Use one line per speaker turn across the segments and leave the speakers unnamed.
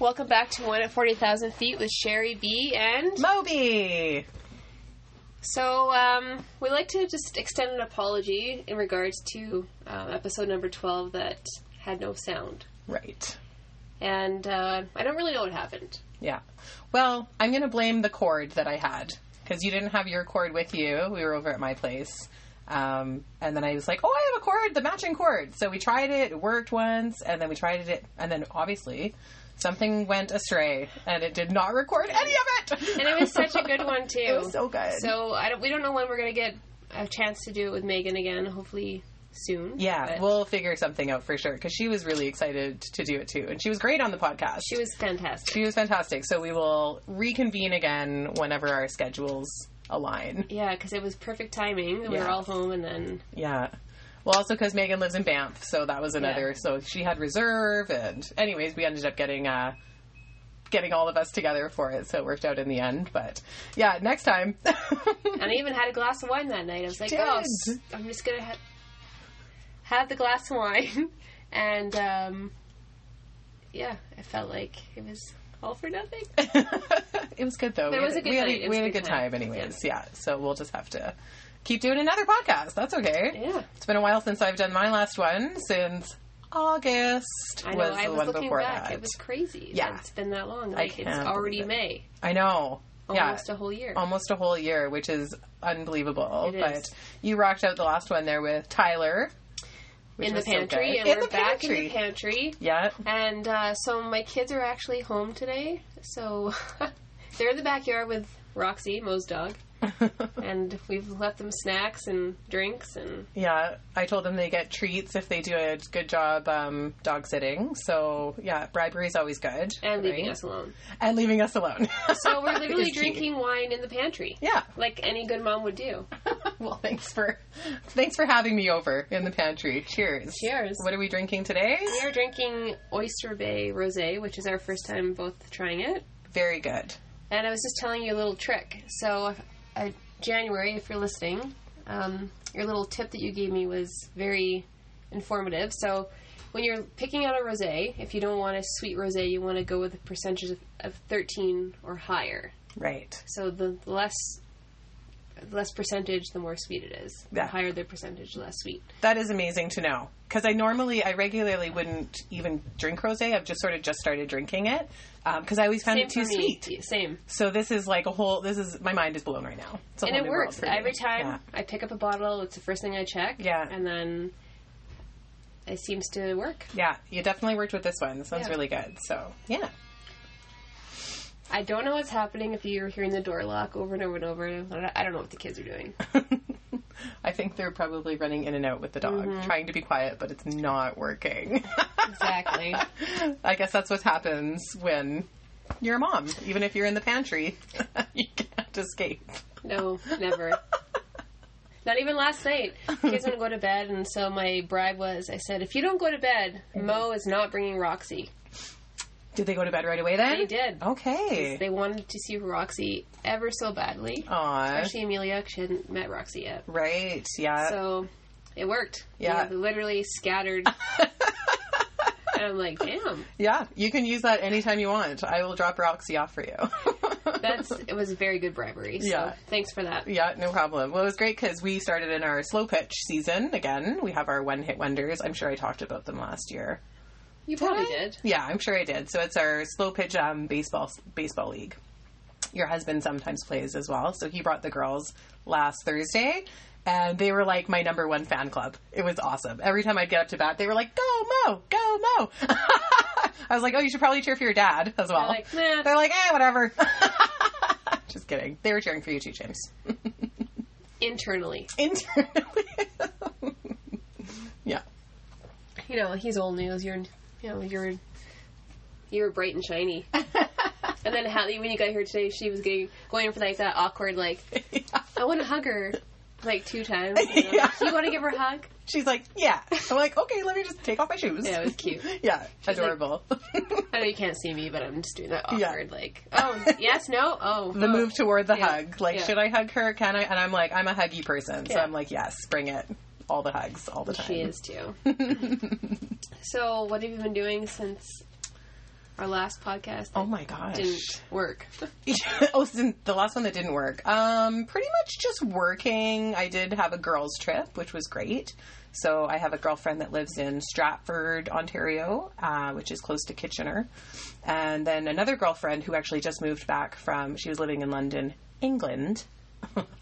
Welcome back to One at 40,000 Feet with Sherry B. And
Moby!
so um, we like to just extend an apology in regards to um, episode number 12 that had no sound.
Right.
And uh, I don't really know what happened.
Yeah. Well, I'm going to blame the cord that I had because you didn't have your cord with you. We were over at my place. Um, and then I was like, oh, I have a cord, the matching cord. So we tried it, it worked once, and then we tried it, and then obviously something went astray and it did not record any of it.
And it was such a good one, too.
It was so good.
So I don't, we don't know when we're going to get a chance to do it with Megan again, hopefully soon.
yeah,
But
we'll figure something out for sure because she was really excited to do it too. And she was great on the podcast.
She was fantastic.
She was fantastic. So we will reconvene again whenever our schedules align.
Yeah, because it was perfect timing. We were
Yeah.
all home, and then
Yeah. Well, also because Megan lives in Banff, so that was another.
Yeah.
So she had reserve, and anyways, we ended up getting uh, getting all of us together for it. So it worked out in the end. But yeah, next time.
and I even had a glass of wine that night. I was like,
did.
oh, s- I'm just gonna ha- have the glass of wine, and um, yeah, I felt like it was all for nothing.
it was good though.
There
we
was
had,
a good
we had
night. It
we
was
had
a
a
good
good time,
time.
anyways. Yeah. So we'll just have to keep doing another podcast. That's okay.
Yeah,
It's been a while since I've done my last one. Since August
I know.
was the
I was
one
looking
before
back.
that.
It was crazy.
Yeah.
that it's been that long.
I
Like it's
can't
already
believe it.
May,
I know.
almost
yeah, Oh,
a whole year.
almost a whole year, which is unbelievable.
It is.
But you rocked out the last one there with Tyler which
in the
was so
pantry,
good.
and
in
we're
the
back
pantry.
in the pantry.
Yeah,
And uh, so my kids are actually home today. So they're in the backyard with Roxy, Mo's dog, and we've left them snacks and drinks and
yeah. I told them they get treats if they do a good job um, dog sitting. So yeah, bribery's always good.
and leaving
right?
us alone.
and leaving us alone.
So we're literally
Is key.
drinking wine in the pantry.
Yeah.
Like any good mom would do.
well, thanks for thanks for having me over in the pantry. Cheers.
Cheers.
What are we drinking today?
We are drinking Oyster Bay Rosé, which is our first time both trying it.
Very good.
And I was just telling you a little trick. So, uh, January, if you're listening, um, your little tip that you gave me was very informative. So, when you're picking out a rosé, if you don't want a sweet rosé, you want to go with a percentage of, of 13 or higher.
Right.
So the the less the less percentage, the more sweet it is.
Yeah.
The higher the percentage, the less sweet.
That is amazing to know because I normally, I regularly wouldn't even drink rosé. I've just sort of just started drinking it because I always found it too
for me.
sweet.
Yeah, Same.
So this is like a whole. This is my mind is blown right now. It's a
and
whole
it
new world
works
for me.
every time
Yeah.
I pick up a bottle. It's the first thing I check.
Yeah.
and then it seems to work.
Yeah, you definitely worked with this one. This one's
Yeah.
really good. So yeah,
I don't know what's happening if you're hearing the door lock over and over and over. I don't- I don't know what the kids are doing.
I think they're probably running in and out with the dog,
Mm-hmm.
trying to be quiet, but it's not working.
Exactly.
I guess that's what happens when you're a mom. Even if you're in the pantry, you can't escape.
No, never. Not even last night. Kids wouldn't go to bed, and so my bribe was I said, if you don't go to bed, Mo is not bringing Roxy.
Did they go to bed right away then?
They did.
Okay. Oh,
They wanted to see Roxy ever so badly.
Aw.
Especially Amelia, 'cause she hadn't met Roxy yet.
Right, yeah.
So it worked.
Uh, Yeah.
We literally scattered. and I'm like, damn.
yeah, you can use that anytime you want. I will drop Roxy off for you.
That's it was very good bribery. So
Yeah.
thanks for that.
Yeah, no problem. Well, it was great because we started in our slow pitch season again. We have our one hit wonders. I'm sure I talked about them last year.
You probably
I?
did.
Yeah, I'm sure I did. So it's our slow pitch um, baseball baseball league. Your husband sometimes plays as well, so he brought the girls last Thursday, and they were like my number one fan club. It was awesome. Every time I'd get up to bat, they were like, "Go Mo, go Mo." I was like, "Oh, you should probably cheer for your dad as well."
like, "Nah."
They're like, "Eh, whatever." Just kidding. They were cheering for you too, James.
Internally.
Internally. yeah.
You know, he's old news. You're you know, you're you were bright and shiny. and then Hallie, when you got here today, she was getting going for like that awkward like I want to hug her like two times. You, know?
Yeah.
"Do you want to give her a hug?
She's like, "Yeah." I'm like, "Okay, let me just take off my shoes."
Yeah, it was cute.
Yeah,
like-
adorable.
I know you can't see me, but I'm just doing that
Yeah.
awkward, like, oh, yes, no, oh.
the
oh.
move toward the
Yeah,
hug. Like,
yeah.
should I hug her? Can I? And I'm like, I'm a huggy person, so
Yeah.
I'm like, yes, bring it. All the hugs, all the time.
She is too. so, what have you been doing since our last podcast that
Oh my gosh.
didn't work.
oh, since the last one that didn't work. Um, pretty much just working. I did have a girls' trip, which was great. So I have a girlfriend that lives in Stratford, Ontario, uh, which is close to Kitchener, and then another girlfriend who actually just moved back from. She was living in London, England.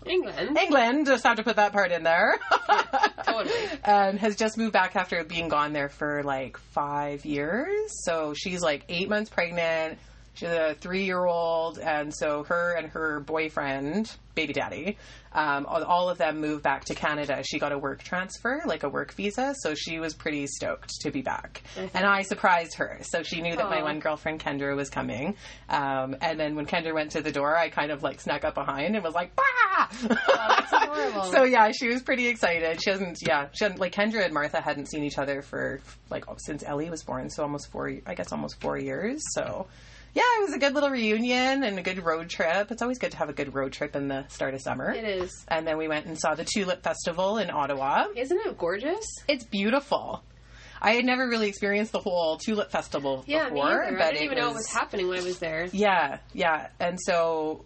England.
England. Just have to put that part in there.
totally.
and um, has just moved back after being gone there for like five years. So she's like eight months pregnant. She's a three year old. And so her and her boyfriend, baby daddy, um, all- all of them moved back to Canada. She got a work transfer, like a work visa. So she was pretty stoked to be back. And I surprised her. So she knew that my
Mm-hmm. Aw.
one girlfriend, Kendra, was coming. Um, and then when Kendra went to the door, I kind of like snuck up behind and was like, bah!
that's adorable.
so yeah, she was pretty excited. She hasn't, yeah, she hadn't like Kendra and Martha hadn't seen each other for like oh, since Ellie was born, so almost four, I guess almost four years. So yeah, it was a good little reunion and a good road trip. It's always good to have a good road trip in the start of summer.
It is.
And then we went and saw the Tulip Festival in Ottawa.
Isn't it gorgeous?
It's beautiful. I had never really experienced the whole Tulip Festival
Yeah, me
before,
either.
but
I didn't even
it
know
was
what was happening when I was there.
yeah, yeah. And so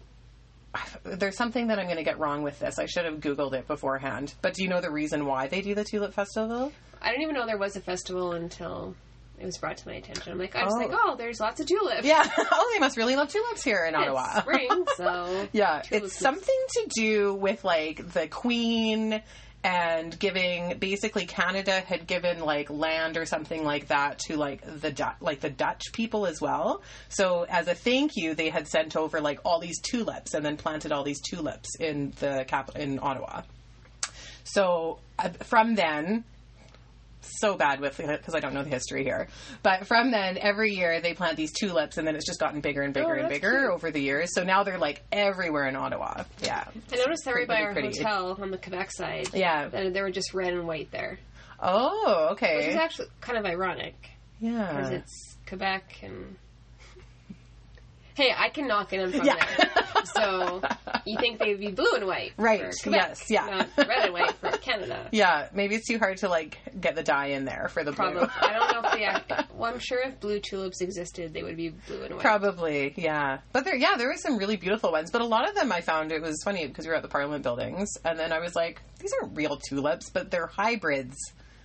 there's something that I'm going to get wrong with this. I should have Googled it beforehand. But do you know the reason why they do the Tulip Festival?
I didn't even know there was a festival until it was brought to my attention. I'm like, I was
Oh.
like, oh, there's lots of tulips.
Yeah. oh, they must really love tulips here in
It's
Ottawa.
spring, so
Yeah,
Tulips.
it's something to do with like the Queen and giving basically Canada had given like land or something like that to like the Du- like the Dutch people as well. So as a thank you, they had sent over like all these tulips and then planted all these tulips in the capital in Ottawa. So uh, from then, so bad with because I don't know the history here. But from then, every year they plant these tulips, and then it's just gotten bigger and bigger
Oh,
and
that's
bigger
cute.
over the years. So now they're like everywhere in Ottawa. Yeah,
I noticed they were by
Pretty,
our
pretty.
hotel on the Quebec side.
yeah.
That they were just red and white there,
Oh,
which is
okay.
actually kind of ironic because
Yeah.
it's Quebec and. Hey, I can knock it. I'm from
Yeah.
there, so you think they'd be blue and white,
Right,
For Quebec,
yes, yeah.
not red and white for Canada.
Yeah, maybe it's too hard to like get the dye in there for the
Probably.
blue.
I don't know if they. Act- well, I'm sure if blue tulips existed, they would be blue and white.
Probably, yeah. But there, yeah, there were some really beautiful ones. But a lot of them I found it was funny because we were at the Parliament buildings, and then I was like, these aren't real tulips, but they're hybrids.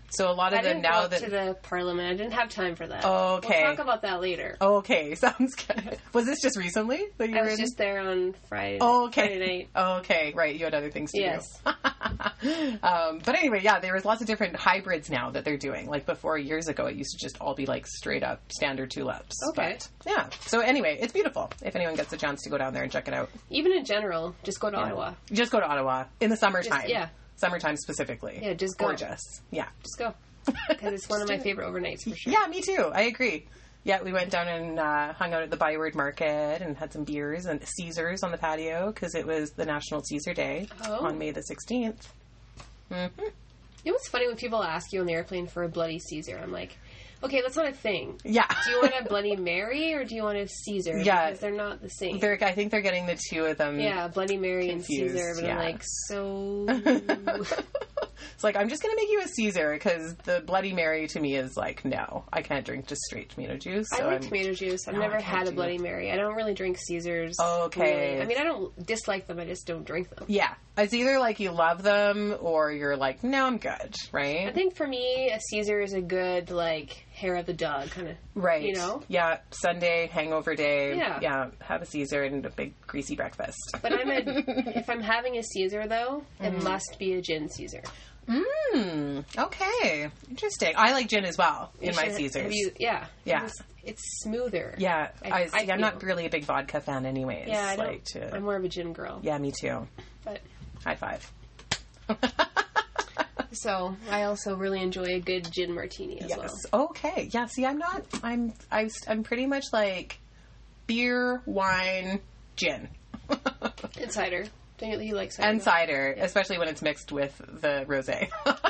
So a lot of
I
them
didn't
now
go
that
to the parliament. I didn't have time for that.
Okay. Oh,
We'll talk about that later.
Okay, sounds good. Was this just recently that you
I
were
was
in?
just there on Friday.
Oh, okay.
Friday night.
Okay, right. You had other things to
Yes.
do. um, but anyway, yeah, there was lots of different hybrids now that they're doing. Like before, years ago, it used to just all be like straight up standard tulips.
Okay.
But, yeah. So anyway, it's beautiful. If anyone gets a chance to go down there and check it out,
Even in general, just go to Ottawa.
just go to Ottawa in the summertime.
yeah.
Summertime specifically.
Yeah, just go.
gorgeous. Yeah.
Just go. Because it's one of my favorite overnights for sure.
Yeah, me too. I agree. Yeah, we went down and uh, hung out at the Byward Market and had some beers and Caesars on the patio because it was the National Caesar Day
Oh.
on May the 16th.
You know what's funny when people ask you on the airplane for a bloody Caesar? I'm like, okay, that's not a thing.
Yeah.
Do you want a bloody Mary or do you want a Caesar?
Yeah.
Because they're not the same.
They're, I think they're getting the two of them.
yeah, Bloody Mary and
Confused,
Caesar. But I'm
yeah.
like, so.
it's like, I'm just going to make you a Caesar because the Bloody Mary to me is like, no, I can't drink just straight tomato juice.
I
so
like
I'm-
tomato juice. I've
No,
never
I can't
had a
do Oh,
Bloody Mary. I don't really drink Caesars.
Okay.
really. I mean, I don't dislike them. I just don't drink them.
Yeah. It's either like you love them or you're like, no, I'm good, right?
I think for me, a Caesar is a good like hair of the dog kind of.
Right.
You know?
Yeah. Sunday, hangover day.
Yeah.
Yeah. Have a Caesar and a big greasy breakfast.
But I'm a, if I'm having a Caesar though, it
Mm-hmm.
must be a gin Caesar.
Mmm. Okay. Interesting. I like gin as well
Hmm. You
in my
should-
Caesars.
have you- yeah.
Yeah.
It's, it's smoother.
yeah.
I-
I,
I
see, I'm not
feel-
really a big vodka fan, anyways.
Yeah. I don't,
like to.
I'm more of a gin girl.
yeah. Me too.
But
High five.
so I also really enjoy a good gin martini as
Yes.
well.
Okay. Yeah. See, I'm not. I'm. I, I'm pretty much like beer, wine, gin.
And cider. Don't you, you like cider?
and cider, especially when it's mixed with the rosé. that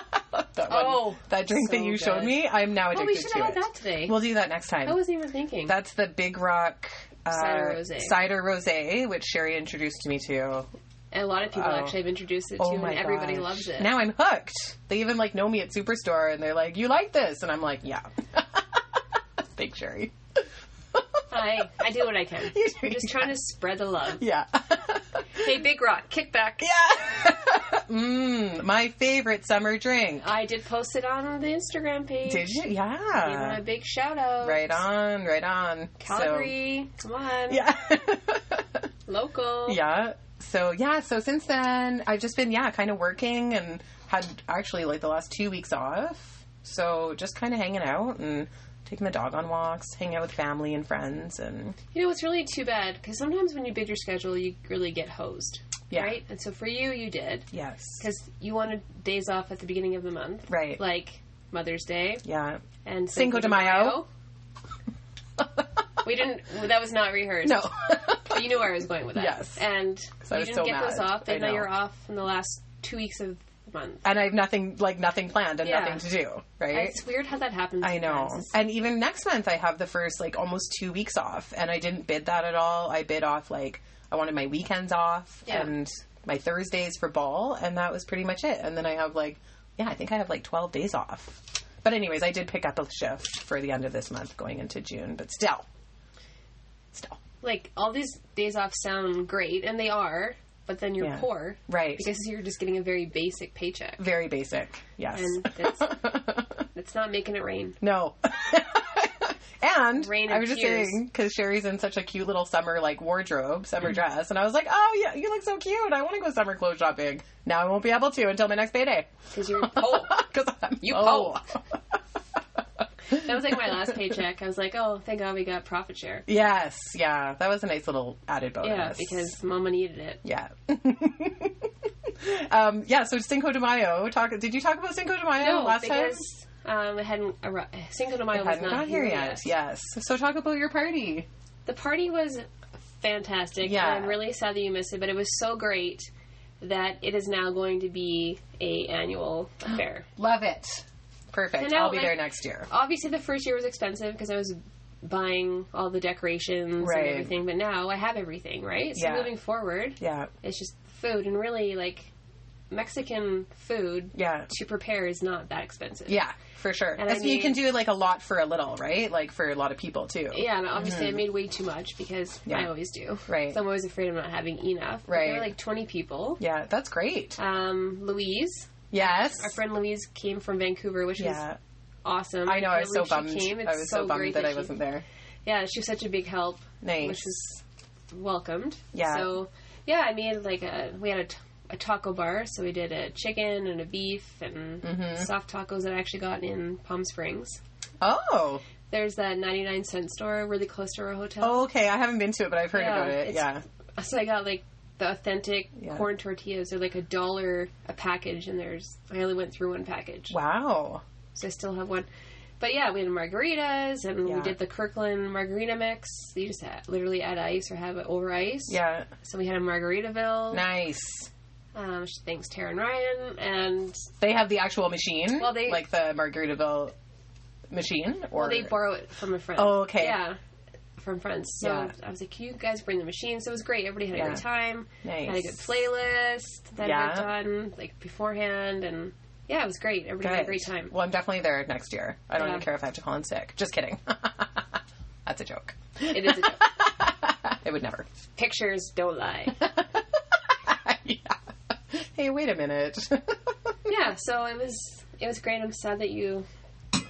one,
Oh,
that drink
so
that you showed
good.
me, I'm now
Oh,
addicted
we should
to
have had
it.
that today.
We'll do that next time.
I wasn't even thinking.
That's the Big Rock uh,
Cider rosé.
cider rosé, which Sherry introduced me to.
and a lot of people
Oh.
actually have introduced it to,
Oh
and
my
everybody
gosh.
loves it.
Now I'm hooked. They even like know me at Superstore, and they're like, "You like this?" And I'm like, "Yeah." Big Sherry.
I, I do what I can.
You do
I'm just trying to spread the love.
Yeah.
Hey, Big Rock, kick back.
yeah. Mmm, my favorite summer drink.
I did post it on the Instagram page.
Did you?
Give it
Yeah.
a big shout out.
Right on, right on. So-
Calgary, come on.
yeah.
Local.
Yeah. So yeah, so since then I've just been yeah, kind of working and had actually like the last 2 weeks off. So just kind of hanging out and taking the dog on walks, hanging out with family and friends and
You know, it's really too bad because sometimes when you bid your schedule, you really get hosed.
Yeah.
Right? And so for you, you did
yes.
because you wanted days off at the beginning of the month.
Right.
Like Mother's Day
yeah.
and
Cinco de Mayo.
we didn't, that was not rehearsed.
No.
But you knew where I was going with that.
Yes.
And
I
you
was
didn't
so
get
mad.
those off,
I
and now
know.
you're off in the last two weeks of the month.
and I have nothing like nothing planned and
Yeah.
nothing to do, right?
It's weird how that happens.
I know.
sometimes. It's-
And even next month, I have the first like almost two weeks off, and I didn't bid that at all. I bid off like I wanted my weekends off
Yeah.
and my Thursdays for ball, and that was pretty much it. And then I have like, yeah, I think I have like 12 days off. But, anyways, I did pick up a shift for the end of this month going into June, but still, still.
Like, all these days off sound great, and they are, but then you're
Yeah.
poor.
Right.
Because you're just getting a very basic paycheck.
Very basic. Yes.
And that's, that's not making it rain.
No. and
Rain
I
and
was just
tears.
saying because Sherry's in such a cute little summer like wardrobe,
Mm-hmm.
summer dress, and I was like, "Oh yeah, you look so cute. I want to go summer clothes shopping." Now I won't be able to until my next payday
Because you're poor.
because I'm
You
oh.
that was like my last paycheck. I was like, oh, thank God we got profit share.
Yes, yeah, that was a nice little added bonus.
Yeah, because mama needed it.
yeah. Um, yeah, so Cinco de Mayo. Talk. Did you talk about Cinco de Mayo last
because
time?
um, it hadn't arrived. Cinco de Mayo was
Hadn't
not
got here yet. Yes. So talk about your party.
The party was fantastic.
Yeah.
And I'm really sad that you missed it, but it was so great that it is now going to be a annual affair.
Love it. Perfect.
I know,
I'll be
like-
there next year.
Obviously, the first year was expensive because I was buying all the decorations
Right.
and everything, but now I have everything, right? So
Yeah.
moving forward,
Yeah.
it's just food and really like Mexican food
Yeah.
to prepare is not that expensive.
Yeah, for sure.
And I
That's- you
mean-
can do like a lot for a little, right? Like for a lot of people too.
Yeah, and obviously I made way too much because
Mm. Yeah.
I always do.
Right.
So I'm always afraid I'm not having enough. But There
Right.
were like 20 people.
Yeah, that's great.
Um, Louise,
Yes.
our friend Louise came from Vancouver, which was
Yeah.
awesome.
I know. I was so
Whenever she
bummed.
came,
I
it's
was so,
great
bummed that, I
she-
wasn't there.
Yeah, she was such a big help.
Nice.
Which was welcomed.
Yeah.
So yeah, I made like a we had a, t- a taco bar, so we did a chicken and a beef and
Mm-hmm.
soft tacos that I actually got in Palm Springs.
Oh.
There's that 99 cent store really close to our hotel.
oh, okay. I haven't been to it, but I've heard
Yeah,
about it.
it's-
Yeah.
So I got like the authentic
Oh. Yeah.
corn tortillas. They're like a dollar a package, and there's I only went through one package,
Wow.
so I still have one. But yeah, we had margaritas, and
Yeah.
we did the Kirkland margarita mix. You just ha literally add ice or have it over ice.
Yeah.
So we had a Margaritaville.
Nice.
Um, sh- thanks, Taryn Ryan, and
They have the actual machine.
Well, they-
like the Margaritaville machine. Or
well, they borrow it from a friend.
Oh, okay.
Yeah, from friends. So
Yeah.
I was like, "Can you guys bring the machine?" So it was great. Everybody had a
Yeah.
great time.
nice.
had a good playlist that
Yeah.
I worked on like beforehand, and yeah, it was great. Everybody had a
Good.
great time.
Well, I'm definitely there next year. I don't
Yeah.
even care if I have to call in sick. Just kidding. That's a joke.
It is a joke.
I would never.
pictures don't lie.
yeah. Hey, wait a minute.
yeah, so it was it was great. I'm sad that you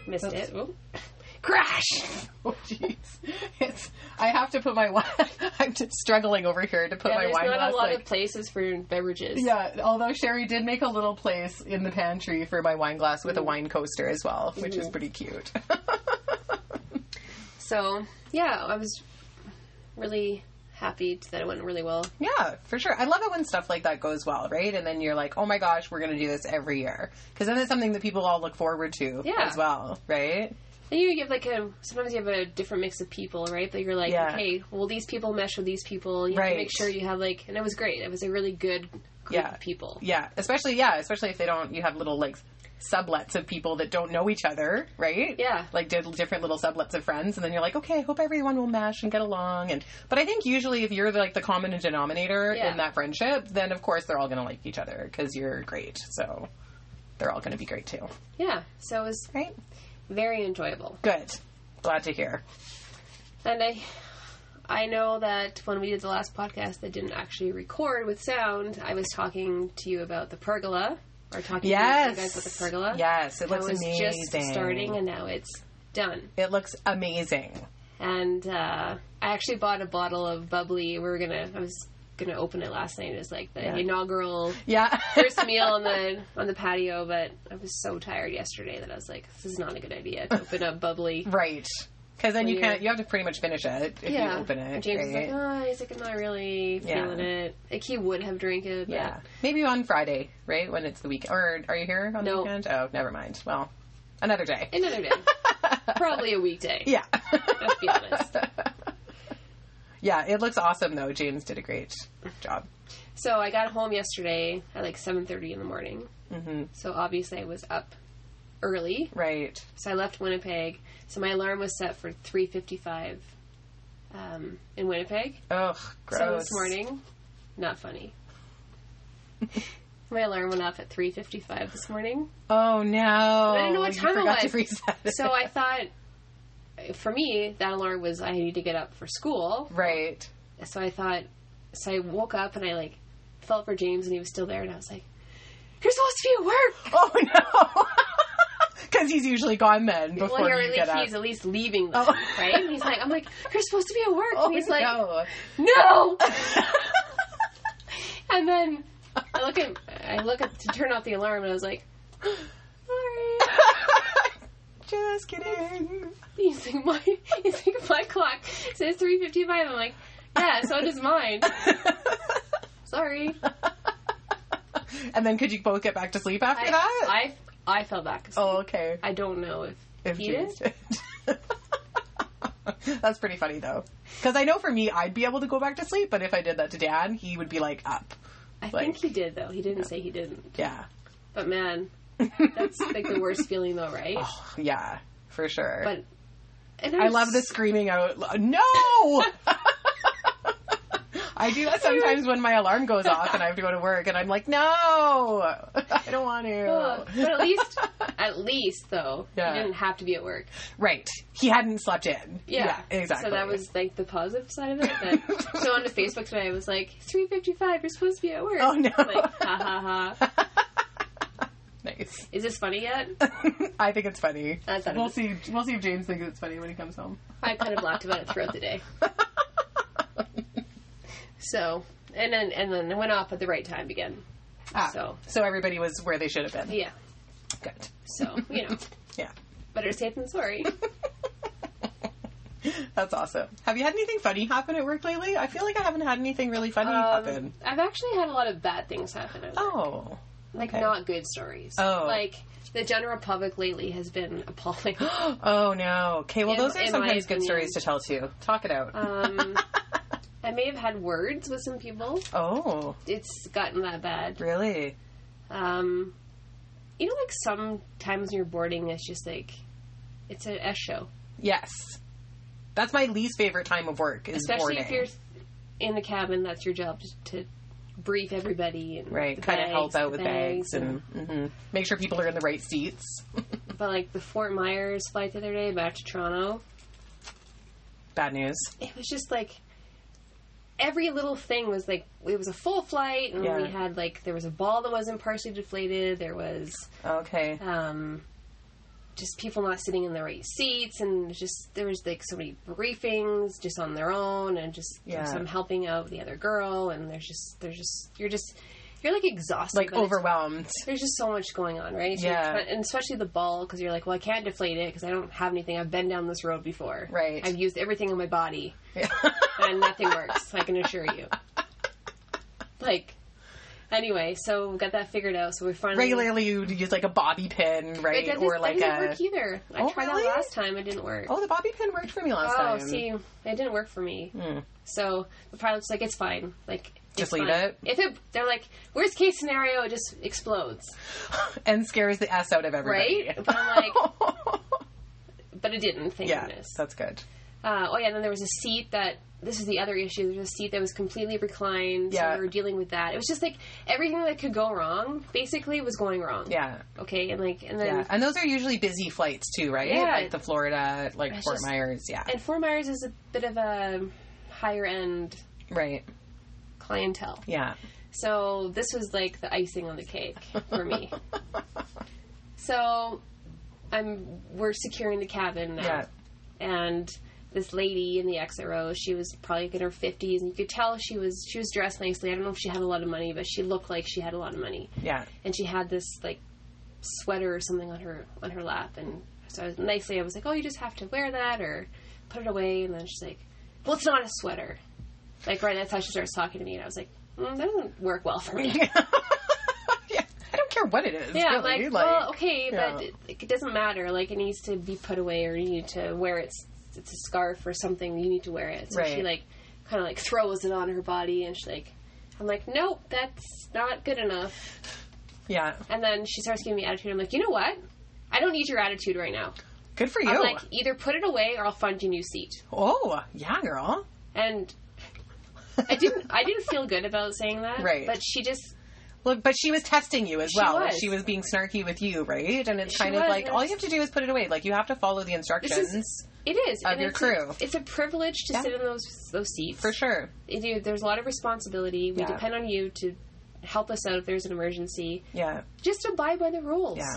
missed
Oops.
it. Oh. Crash.
oh, jeez. It's. I have to put my. wi- I'm just struggling over here to put
Yeah,
my
there's
wine
not
glass.
a lot
like-
of places for beverages.
yeah, although Sherry did make a little place in the pantry for my wine glass with a
Mm-hmm.
wine coaster as well, which is pretty cute.
So yeah, I was really happy that it went really well.
yeah, for sure. I love it when stuff like that goes well, right? And then you're like, oh my gosh, we're going to do this every year. Because then it's something that people all look forward to
Yeah.
as well, right?
Then you give like a sometimes you have a different mix of people, right? That you're like,
Yeah.
okay, well these people mesh with these people. You have
Right.
to make sure you have like, and it was great. It was a really good group
Yeah.
of people.
Yeah, especially yeah, especially if they don't. You have little like sublets of people that don't know each other, right?
Yeah.
like did different little sublets of friends, and then you're like, okay, I hope everyone will mesh and get along. And but I think usually if you're like the common denominator
Yeah.
in that friendship, then of course they're all gonna like each other because you're great. So they're all gonna be great too,
Yeah, so it was
right?
very enjoyable.
Good, glad to hear.
And I I know that when we did the last podcast that didn't actually record with sound, I was talking to you about the pergola, or talking
Yes.
to you guys about the pergola.
Yes, it
That
looks
was
amazing.
just starting, and now it's done.
It looks amazing.
And uh, I actually bought a bottle of bubbly. We were gonna, I was gonna open it last night. It was like the
Yeah.
inaugural
Yeah.
first meal on the on the patio, but I was so tired yesterday that I was like, this is not a good idea to open up bubbly.
right. Because then you
When you're-
can't. You have to pretty much finish it if you open it.
And James was like,
right?
oh, he's like, I'm not really
Yeah.
feeling it. Like, he would have drank it, but
yeah. Maybe on Friday, right? When it's the weekend. Or are you here on the
No.
weekend? Oh, never mind. Well, another day.
another day. Probably a weekday.
yeah.
Let's be honest.
yeah, it looks awesome though. James did a great job.
So I got home yesterday at like 7.30 in the morning.
hmm
So obviously I was up early.
Right.
So I left Winnipeg. So my alarm was set for 3.55 um, in Winnipeg.
Ugh, gross.
So this morning, not funny. My alarm went off at 3:55 this morning.
Oh no!
I didn't know what
You
time it
forgot
was.
To reset it.
So I thought for me, that alarm was I need to get up for school.
right.
So I thought so I woke up and I like felt for James and he was still there and I was like, You're supposed to be at work.
Oh no! Because he's usually gone then before
Well, you're
you
at
get
least,
up.
he's at least leaving them,
Oh.
right? And he's like, I'm like, you're supposed to be at work.
oh
and he's like,
no!
no. and then I look at I look at to turn off the alarm and I was like, sorry.
Just kidding.
He's like, my, he's like, my clock says 3.55. I'm like, yeah, so does mine. Sorry.
and then could you both get back to sleep after
I,
that?
I, I fell back asleep.
oh, okay.
I don't know if,
If
he did.
James did. That's pretty funny though, because I know for me, I'd be able to go back to sleep, but if I did that to Dad, he would be like up.
I
Like-
think he did, though. He didn't say he didn't.
Yeah.
But, man, that's, like, the worst feeling, though, right?
Oh, yeah, for sure.
But... And
I
was-
love the screaming out. lo- No! I do that sometimes when my alarm goes off and I have to go to work, and I'm like, no, I don't want
Oh,
to.
but at least, at least though,
Yeah.
he didn't have to be at work.
Right. He hadn't slept in.
Yeah.
exactly.
So that was like the positive side of it. That someone on Facebook today was like, "It's three fifty-five. You're supposed to be at work."
Oh, no.
Like, ha ha ha.
nice.
Is this funny yet?
I think it's funny.
I thought it
we'll
was-
see. We'll see if James thinks it's funny when he comes home.
I kind of laughed about it throughout the day. So, and then and then it went off at the right time again.
Ah,
So.
so everybody was where they should have been.
Yeah.
Good.
So you know,
Yeah.
better safe than sorry.
That's awesome. Have you had anything funny happen at work lately? I feel like I haven't had anything really funny happen.
Um, I've actually had a lot of bad things happen. at work.
Oh.
like
okay.
not good stories.
Oh.
Like the general public lately has been appalling.
Oh no. Okay, well
In-
those are
in my
sometimes good
opinion.
stories to tell too. Talk it out.
Um, I may have had words with some people.
oh,
It's gotten that bad.
really?
Um, you know, like sometimes when you're boarding, it's just like it's an S show,
Yes. That's my least favorite time of work is
especially
boarding.
if you're in the cabin. That's your job just to brief everybody and
right,
the
kind of help
bags,
out
the
with bags, and mhm. make sure people are in the right seats.
But like the Fort Myers flight the other day back to Toronto,
Bad news.
it was just like every little thing was like it was a full flight, and
Yeah.
we had like there was a ball that wasn't partially deflated. There was
Okay.
um, just people not sitting in the right seats, and just there was like so many briefings just on their own, and just
Yeah.
some helping out the other girl, and there's just there's just you're just you're like exhausted,
Like
but it's-
overwhelmed.
There's just so much going on, right? So you're
Yeah.
try- and especially the ball because you're like, well, I can't deflate it because I don't have anything. I've been down this road before.
Right.
I've used everything in my body,
Yeah.
and nothing works. I can assure you. Like, anyway, so we got that figured out. So we finally
Regularly you would use like a bobby pin,
I
right?
did
Or
this-
like
that didn't
a
work either. I
Oh,
tried
really?
that last time. It didn't work.
Oh, the bobby pin worked for me last
Oh,
time.
see, it didn't work for me.
Mm.
So the pilot's like, "It's fine. Like, it's
Just leave
fine."
it?
If it, they're like, worst case scenario, it just explodes.
And scares the S out of everybody.
Right? But I'm But it didn't. Thank
yeah,
goodness.
that's good.
Uh, oh yeah, and then there was a seat that. This is the other issue. There was a seat that was completely reclined.
Yeah.
So we were dealing with that. It was just like everything that could go wrong basically was going wrong.
Yeah.
Okay, and like and then
Yeah, and those are usually busy flights too, right?
Yeah.
like the Florida, like
It's
Fort
just-
Myers. Yeah,
and Fort Myers is a bit of a higher end
Right.
clientele.
Yeah.
So this was like the icing on the cake for me. so I'm we're securing the cabin now.
Yeah.
And this lady in the exit row, she was probably like in her fifties and you could tell she was she was dressed nicely. I don't know if she had a lot of money, but she looked like she had a lot of money.
Yeah.
And she had this like sweater or something on her on her lap and so I was, nicely I was like, Oh, you just have to wear that or put it away and then she's like, Well it's not a sweater. Like right that's how she starts talking to me and I was like, mm, that doesn't work well for me.
yeah. I don't care what it is.
Yeah,
really.
like, well, okay, but
yeah.
it, it doesn't matter. Like, it needs to be put away, or you need to wear it. It's a scarf or something. You need to wear it. So she
Right.
like kind of like throws it on her body, and she like, I'm like, nope, that's not good enough.
yeah.
And then she starts giving me attitude. I'm like, you know what? I don't need your attitude right now.
Good for you.
I'm like, either put it away, or I'll find you a new seat.
oh, yeah, girl.
And I didn't. I didn't feel good about saying that.
Right.
But she just
Look, but she was testing you as
She
well.
was.
She was being snarky with you, right? And it's
She
kind
was,
of like
and
all
it's-
you have to do is put it away. Like you have to follow the
this
instructions
is. It is
Of
and
your
it's
crew.
A, it's a privilege to
Yeah.
sit in those those seats
for sure.
it- you- there's a lot of responsibility. We
Yeah.
depend on you to help us out if there's an emergency.
Yeah,
Just abide by the rules.
yeah.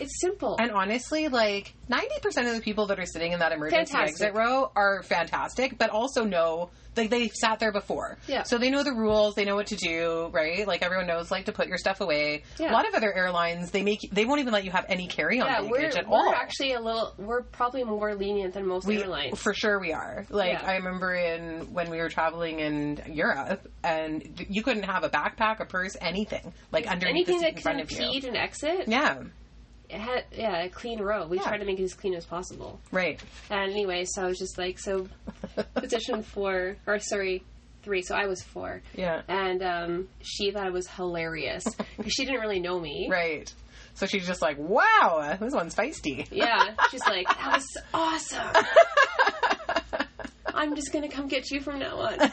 It's simple.
And honestly, like ninety percent of the people that are sitting in that emergency
Fantastic.
exit row are fantastic, but also know like they've sat there before,
Yeah.
So they know the rules, they know what to do, right? Like everyone knows like to put your stuff away.
Yeah.
A lot of other airlines they make they won't even let you have any carry on
yeah,
baggage
we're,
at
we're
all.
actually a little, we're probably more lenient than most
We-
airlines.
For sure, we are. Like
Yeah.
I remember in when we were traveling in Europe, and th- you couldn't have a backpack, a purse, anything like underneath
Anything
the seat
that
in front
can
of you.
impede an exit,
Yeah,
it had, yeah, a clean row. We
Yeah.
try to make it as clean as possible.
right.
And anyway, so I was just like, so position four, or sorry, three, so I was four.
Yeah,
And um, she thought it was hilarious because she didn't really know me.
right. So she's just like, "Wow, this one's feisty."
Yeah, she's like, that was awesome. I'm just gonna come get you from now on.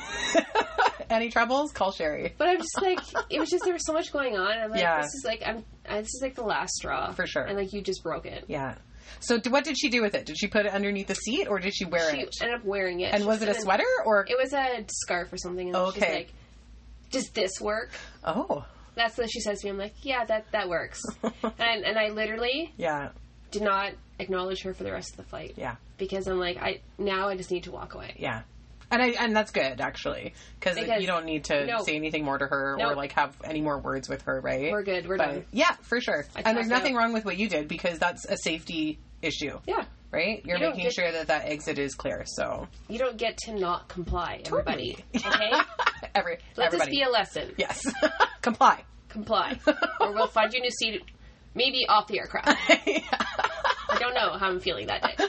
Any troubles? Call Sherry
But I'm just like, it was just there was so much going on. I'm like,
Yeah.
this is like, I'm I, this is like the last straw
for sure.
and like you just broke it.
yeah. So d- what did she do with it? Did she put it underneath the seat, or did she wear
She
it?
ended up wearing it,
And
She
was it a
couldn't-
sweater or?
It was a scarf or something. And she's
Okay.
like, does this work?
oh,
That's what she says to me. I'm like, yeah, that that works. and and I literally
yeah,
did not acknowledge her for the rest of the flight
yeah.
because I'm like, I now I just need to walk away.
Yeah. And I and that's good actually cuz
Because-
you don't need to
no.
say anything more to her
No.
or like have any more words with her, right?
We're good. We're
But-
done.
Yeah, for sure.
I
And there's
tapped
nothing
out.
wrong with what you did because that's a safety issue,
Yeah,
right? You're
You don't
making
get-
sure that that exit is clear. So
you don't get to not comply, everybody. Okay,
every
let this
everybody.
be a lesson.
yes. Comply.
comply, or we'll find you a new seat, maybe off the aircraft. I don't know how I'm feeling that day.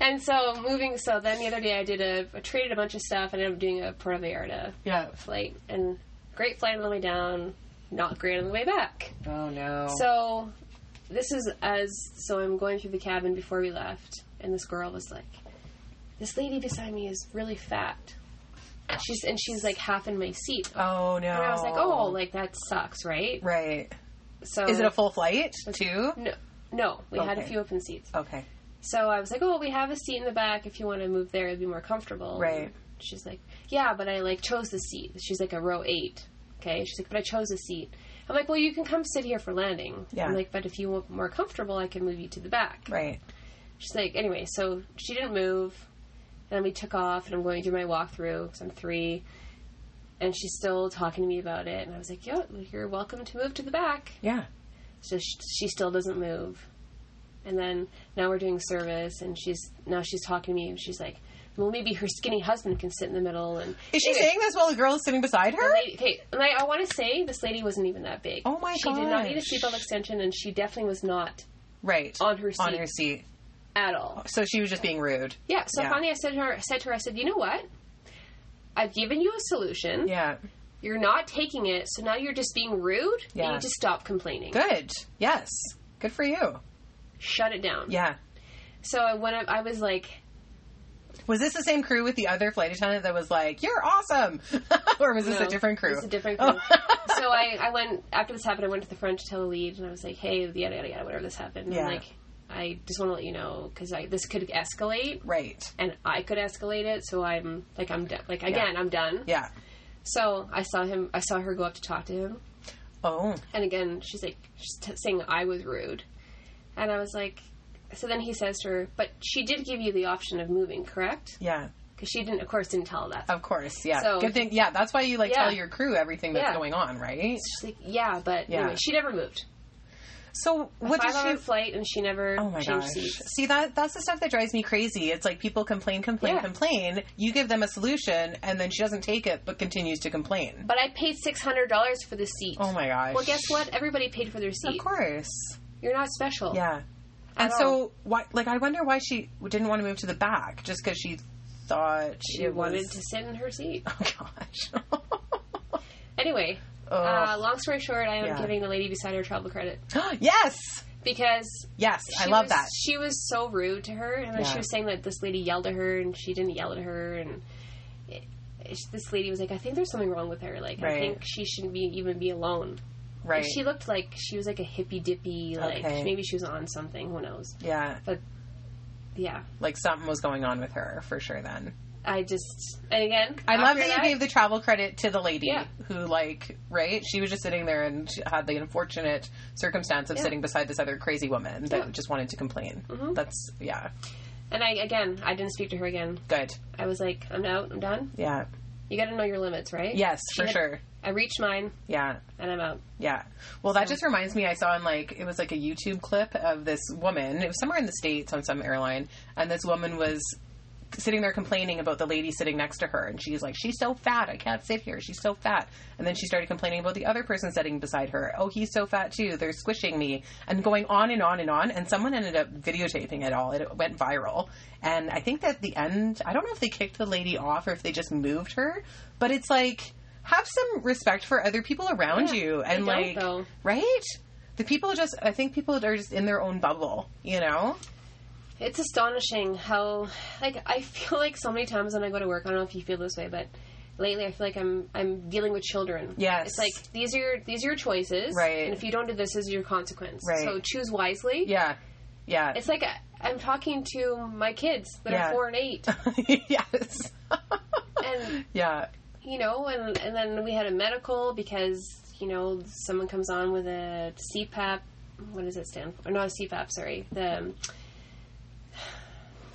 And so moving, so then the other day I did a, I traded a bunch of stuff. I ended up doing a Puerto Vallarta
Yeah.
flight, and great flight on the way down, not great on the way back.
Oh no.
So this is as so I'm going through the cabin before we left, and this girl was like, "This lady beside me is really fat." She's and she's like half in my seat,
oh no.
and I was like, "Oh, uh, like that sucks, right?"
right.
So
Is it a full flight too?
No, no. We had a
Okay.
few open seats.
Okay.
So I was like, "Oh, we have a seat in the back. If you want to move there, it'd be more comfortable."
Right.
And she's like, "Yeah, but I like chose the seat." She's like a row eight. Okay. She's like, "But I chose a seat." I'm like, "Well, you can come sit here for landing."
Yeah.
I'm like, "But if you want more comfortable, I can move you to the back."
Right.
She's like, "Anyway, so she didn't move." And then we took off, and I'm going through my walkthrough because I'm three. And she's still talking to me about it, and I was like, "Yeah, you're welcome to move to the back."
Yeah.
so she, she still doesn't move and then now we're doing service and she's now she's talking to me and she's like well maybe her skinny husband can sit in the middle and
Is she
Anyway,
saying this while the girl is sitting beside
the
her?
lady, okay and I, I want to say this lady wasn't even that big
Oh my
she did not need a
gosh.
seatbelt extension and she definitely was not
Right.
on her
on
seat
her seat.
at all
So she was just being rude.
yeah so
Yeah.
finally I said to her said to her I said you know what I've given you a solution
Yeah.
you're not taking it so now you're just being rude
Yeah.
you need to stop complaining
Good. Yes. Good for you.
shut it down
Yeah.
so I went up I was like
Was this the same crew with the other flight attendant that was like, "You're awesome," or was this
No,
a different crew?
It's a different crew.
Oh.
so I, I went after this happened. I went to the front to tell the lead, and I was like, "Hey, yada yada yada, whatever this happened."
Yeah.
And like, I just want to let you know because this could escalate,
Right.
and I could escalate it. So I'm like I'm done. Like again, I'm done.
Yeah.
So I saw him. I saw her go up to talk to him,
Oh.
and again she's like she's t- saying I was rude, and I was like. So then he says to her, "But she did give you the option of moving, correct?
Yeah.
Because she didn't, of course, didn't tell that.
Of course. Yeah.
So-
Good thing. Yeah. That's why you like
Yeah.
tell your crew everything that's
Yeah.
going on, right?
She's like, yeah, but
Yeah.
anyway, she never moved.
So what
Five
does
hour
she?
flight, and she never
Oh my
changed
gosh.
seats.
See that that's the stuff that drives me crazy. It's like people complain, complain,
Yeah.
complain. You give them a solution and then she doesn't take it but continues to complain.
But I paid six hundred dollars for the seat.
Oh my gosh.
Well, guess what? Everybody paid for their
Of
seat.
course.
You're not special.
Yeah. And
all.
so why like I wonder why she didn't want to move to the back just cuz she thought
She
it
wanted
was-
to sit in her seat.
Oh gosh.
Anyway, uh,
Ugh.
long story short, I am
Oh. Yeah.
giving the lady beside her travel credit
yes.
because
Yes, I
she
love
was-
that.
She was so rude to her, and then
Yeah.
she was saying that this lady yelled at her, and she didn't yell at her, and. it- it's- This lady was like, I think there's something wrong with her. Like, I
Right.
think she shouldn't be even be alone.
Right.
She looked like she was like a hippy dippy, like
Okay.
maybe she was on something. Who knows?
yeah.
Yeah,
Like something was going on with her for sure then.
I just and again,
I love
after
that, you gave the travel credit to the lady
Yeah.
who, like, right? She was just sitting there and she had the unfortunate circumstance of
Yeah.
sitting beside this other crazy woman that
Yeah.
just wanted to complain.
Mhm.
That's, yeah,
And I again, I didn't speak to her again.
good.
I was like, I'm out, I'm done.
Yeah.
You got to know your limits, right?
Yes,
She
for
had-
sure.
I reached mine
Yeah.
and I'm out.
Yeah. Well, that
So-
just reminds me. I saw on like it was like a YouTube clip of this woman. It was somewhere in the states on some airline, and this woman was sitting there complaining about the lady sitting next to her, and she's like, "She's so fat, I can't sit here. She's so fat." And then she started complaining about the other person sitting beside her. Oh, he's so fat too. They're squishing me, and going on and on and on. And someone ended up videotaping it all. It went viral, and I think that the end. I don't know if they kicked the lady off or if they just moved her, but it's like. Have some respect for other people around
Yeah.
you and
I don't,
like
though.
right the people just i think people are just in their own bubble you know
It's astonishing how like I feel like so many times when I go to work, I don't know if you feel this way, but lately I feel like I'm I'm dealing with children.
Yes.
It's like these are your these are your choices.
Right.
And if you don't do this, this is your consequence.
Right.
So choose wisely.
yeah yeah
It's like I, I'm talking to my kids that
Yeah.
are four and eight,
yes
and
yeah
you know, and and then we had a medical because you know someone comes on with a CPAP. What does it stand for? Not a CPAP, sorry. The um,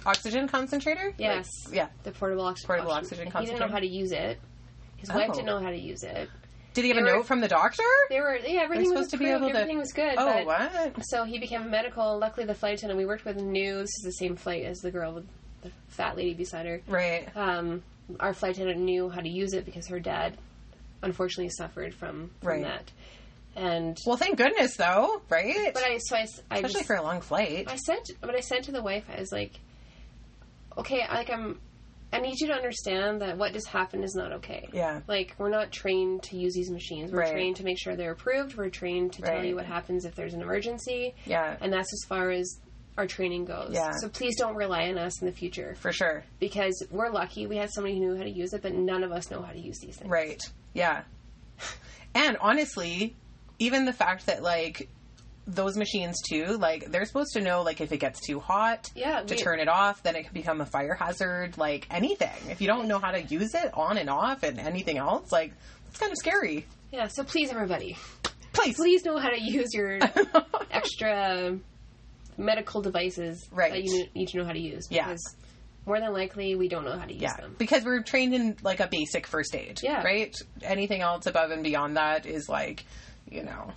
oxygen concentrator
Yes.
Like, yeah
the portable oxygen.
Portable oxygen
He didn't know
concentrator.
how to use it. His wife
Oh.
didn't know how to use it.
did he have
They
a
were-
note from the doctor
They were yeah, everything was
supposed to be
approved,
able to-
everything was good. but-
oh what
So he became a medical. Luckily, the flight attendant we worked with knew this is the same flight as the girl with the fat lady beside her.
right
um, our flight attendant knew how to use it because her dad unfortunately suffered from, from
Right.
that. And
well thank goodness though right
but I so I, s- I
especially
just
for a long flight
I said but I said to the wife I was like, okay, like I'm, I need you to understand that what just happened is not okay.
yeah
Like we're not trained to use these machines. We're
Right.
trained to make sure they're approved. We're trained to tell
Right.
you what happens if there's an emergency,
yeah
and that's as far as our training goes.
Yeah.
So please don't rely on us in the future
for sure
because we're lucky we had somebody who knew how to use it, but none of us know how to use these things.
Right. Yeah. And honestly, even the fact that like those machines too, like they're supposed to know like if it gets too hot
Yeah,
to
we-
turn it off, then it can become a fire hazard, like anything. If you don't know how to use it on and off and anything else, like it's kind of scary.
Yeah, so please, everybody,
Please.
please know how to use your extra medical devices
Right.
that you need to know how to use.
Yeah.
Because more than likely, we don't know how to use
yeah.
them.
Because we're trained in like a basic first aid.
Yeah.
Right? Anything else above and beyond that is like, you know,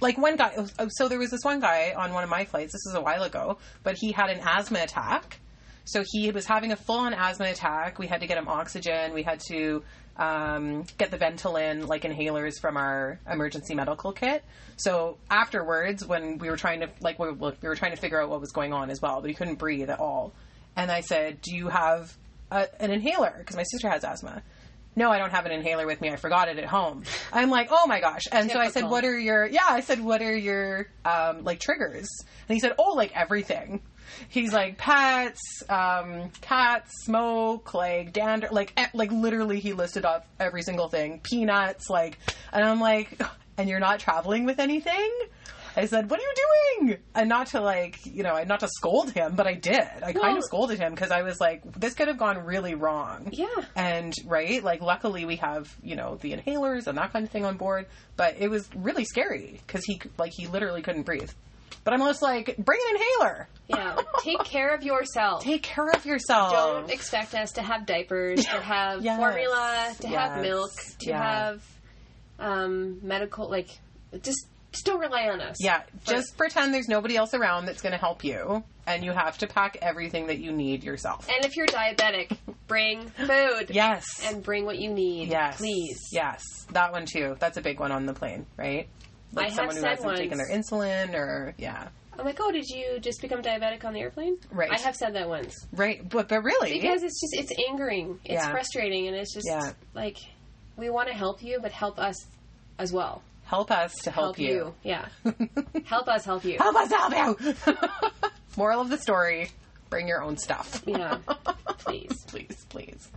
like one guy oh, so there was this one guy on one of my flights this was a while ago but he had an asthma attack so he was having a full-on asthma attack we had to get him oxygen we had to um, get the ventolin like inhalers from our emergency medical kit so afterwards when we were trying to like we, we were trying to figure out what was going on as well but he couldn't breathe at all and i said do you have a, an inhaler because my sister has asthma no, I don't have an inhaler with me. I forgot it at home. I'm like, oh my gosh. And so I said,
Typical.
what are your, yeah, I said, what are your, um, like triggers? And he said, oh, like everything. He's like, pets, um, cats, smoke, like dander, like, e- like literally he listed off every single thing, peanuts, like, and I'm like, and you're not traveling with anything? I said, "What are you doing?" And not to like, you know, and not to scold him, but I did. I kind
Well-
of scolded him because I was like, "This could have gone really wrong."
Yeah.
And right, like, luckily we have you know the inhalers and that kind of thing on board, but it was really scary because he like he literally couldn't breathe. But I'm just like, bring an inhaler.
Yeah. Take care of yourself.
Take care of yourself.
Don't expect us to have diapers, to have
Yes.
formula, to have
Yes.
milk, to
Yeah.
have um, medical, like, just, just don't rely on us.
Yeah,
For-
just pretend there's nobody else around that's going to help you, and you have to pack everything that you need yourself.
And if you're diabetic, bring food.
yes.
And bring what you need.
yes.
Please.
Yes. That one too. That's a big one on the plane, right?
I
Like
have
someone who
said
hasn't taken their
once-
insulin or yeah.
I'm like, oh, did you just become diabetic on the airplane?
Right.
I have said that once.
Right. But but really.
Because it's just, it's angering. It's
Yeah.
frustrating. And it's just
Yeah.
like, we want to help you, but help us as well.
help us to help, you.
Yeah. help us help you.
help us help you. Moral of the story, bring your own stuff.
Yeah. Please.
please, please.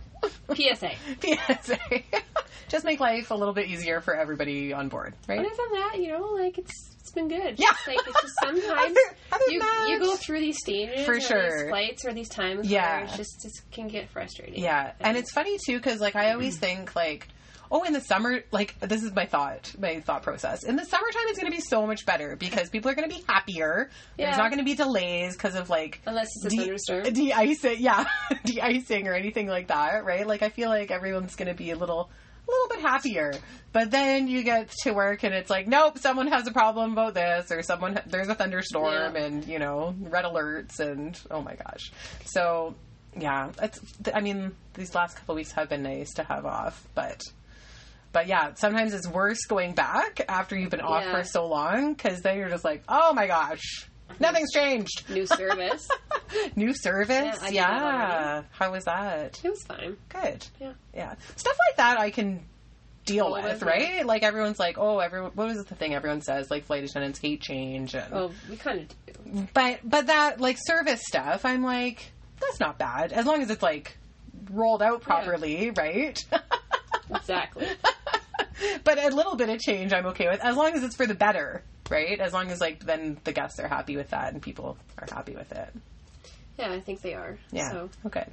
PSA.
PSA. Just make life a little bit easier for everybody on board, right?
Other than that, you know, like it's it's been good.
Yeah.
It's like it's just sometimes
Other- other
you
than
you
that-
go through these stages
For
or
sure.
these flights or these times
Yeah.
where it's just it can get frustrating.
Yeah, and it's funny too because like I always think like, oh, in the summer, like this is my thought, my thought process. In the summertime, it's going to be so much better because people are going to be happier.
Yeah.
There's not going to be delays because of like
unless it's a
de-
thunderstorm.
de-icing, yeah, de-icing or anything like that, right? Like I feel like everyone's going to be a little. A little bit happier, but then you get to work and it's like, nope, someone has a problem about this, or someone there's a thunderstorm,
Yeah.
and you know, red alerts, and oh my gosh. So yeah, it's, th- I mean, these last couple weeks have been nice to have off, but but yeah, sometimes it's worse going back after you've been off
Yeah.
for so long because then you're just like, oh my gosh, nothing's changed.
New service.
New service,
Yeah, I
yeah.
did that already.
How was that?
it was fine.
Good.
Yeah.
Yeah, stuff like that I can deal
Deal
with,
with,
right? Like everyone's like, oh, everyone. What was the thing everyone says? Like flight attendants hate change, and
Well, we kind of do.
but but that like service stuff, I'm like, that's not bad as long as it's like rolled out properly, right?
Exactly.
but a little bit of change, I'm okay with as long as it's for the better, right? As long as like then the guests are happy with that and people are happy with it.
Yeah, I think they are.
Yeah.
So,
Okay.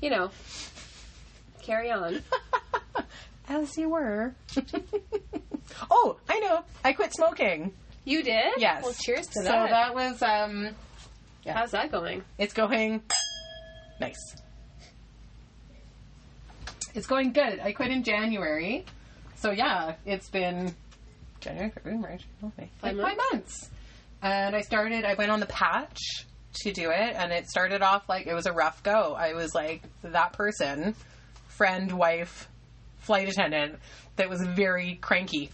you know, carry on.
As you were. oh, I know. I quit smoking.
You did?
Yes.
Well, cheers to
so
that.
that was um
How's that going?
It's going nice. It's going good. I quit in January. So yeah, it's been January, February, March, April, May.
Five
like five months. And I started I went on the patch to do it and it started off like it was a rough go. I was like that person, friend, wife, flight attendant that was very cranky.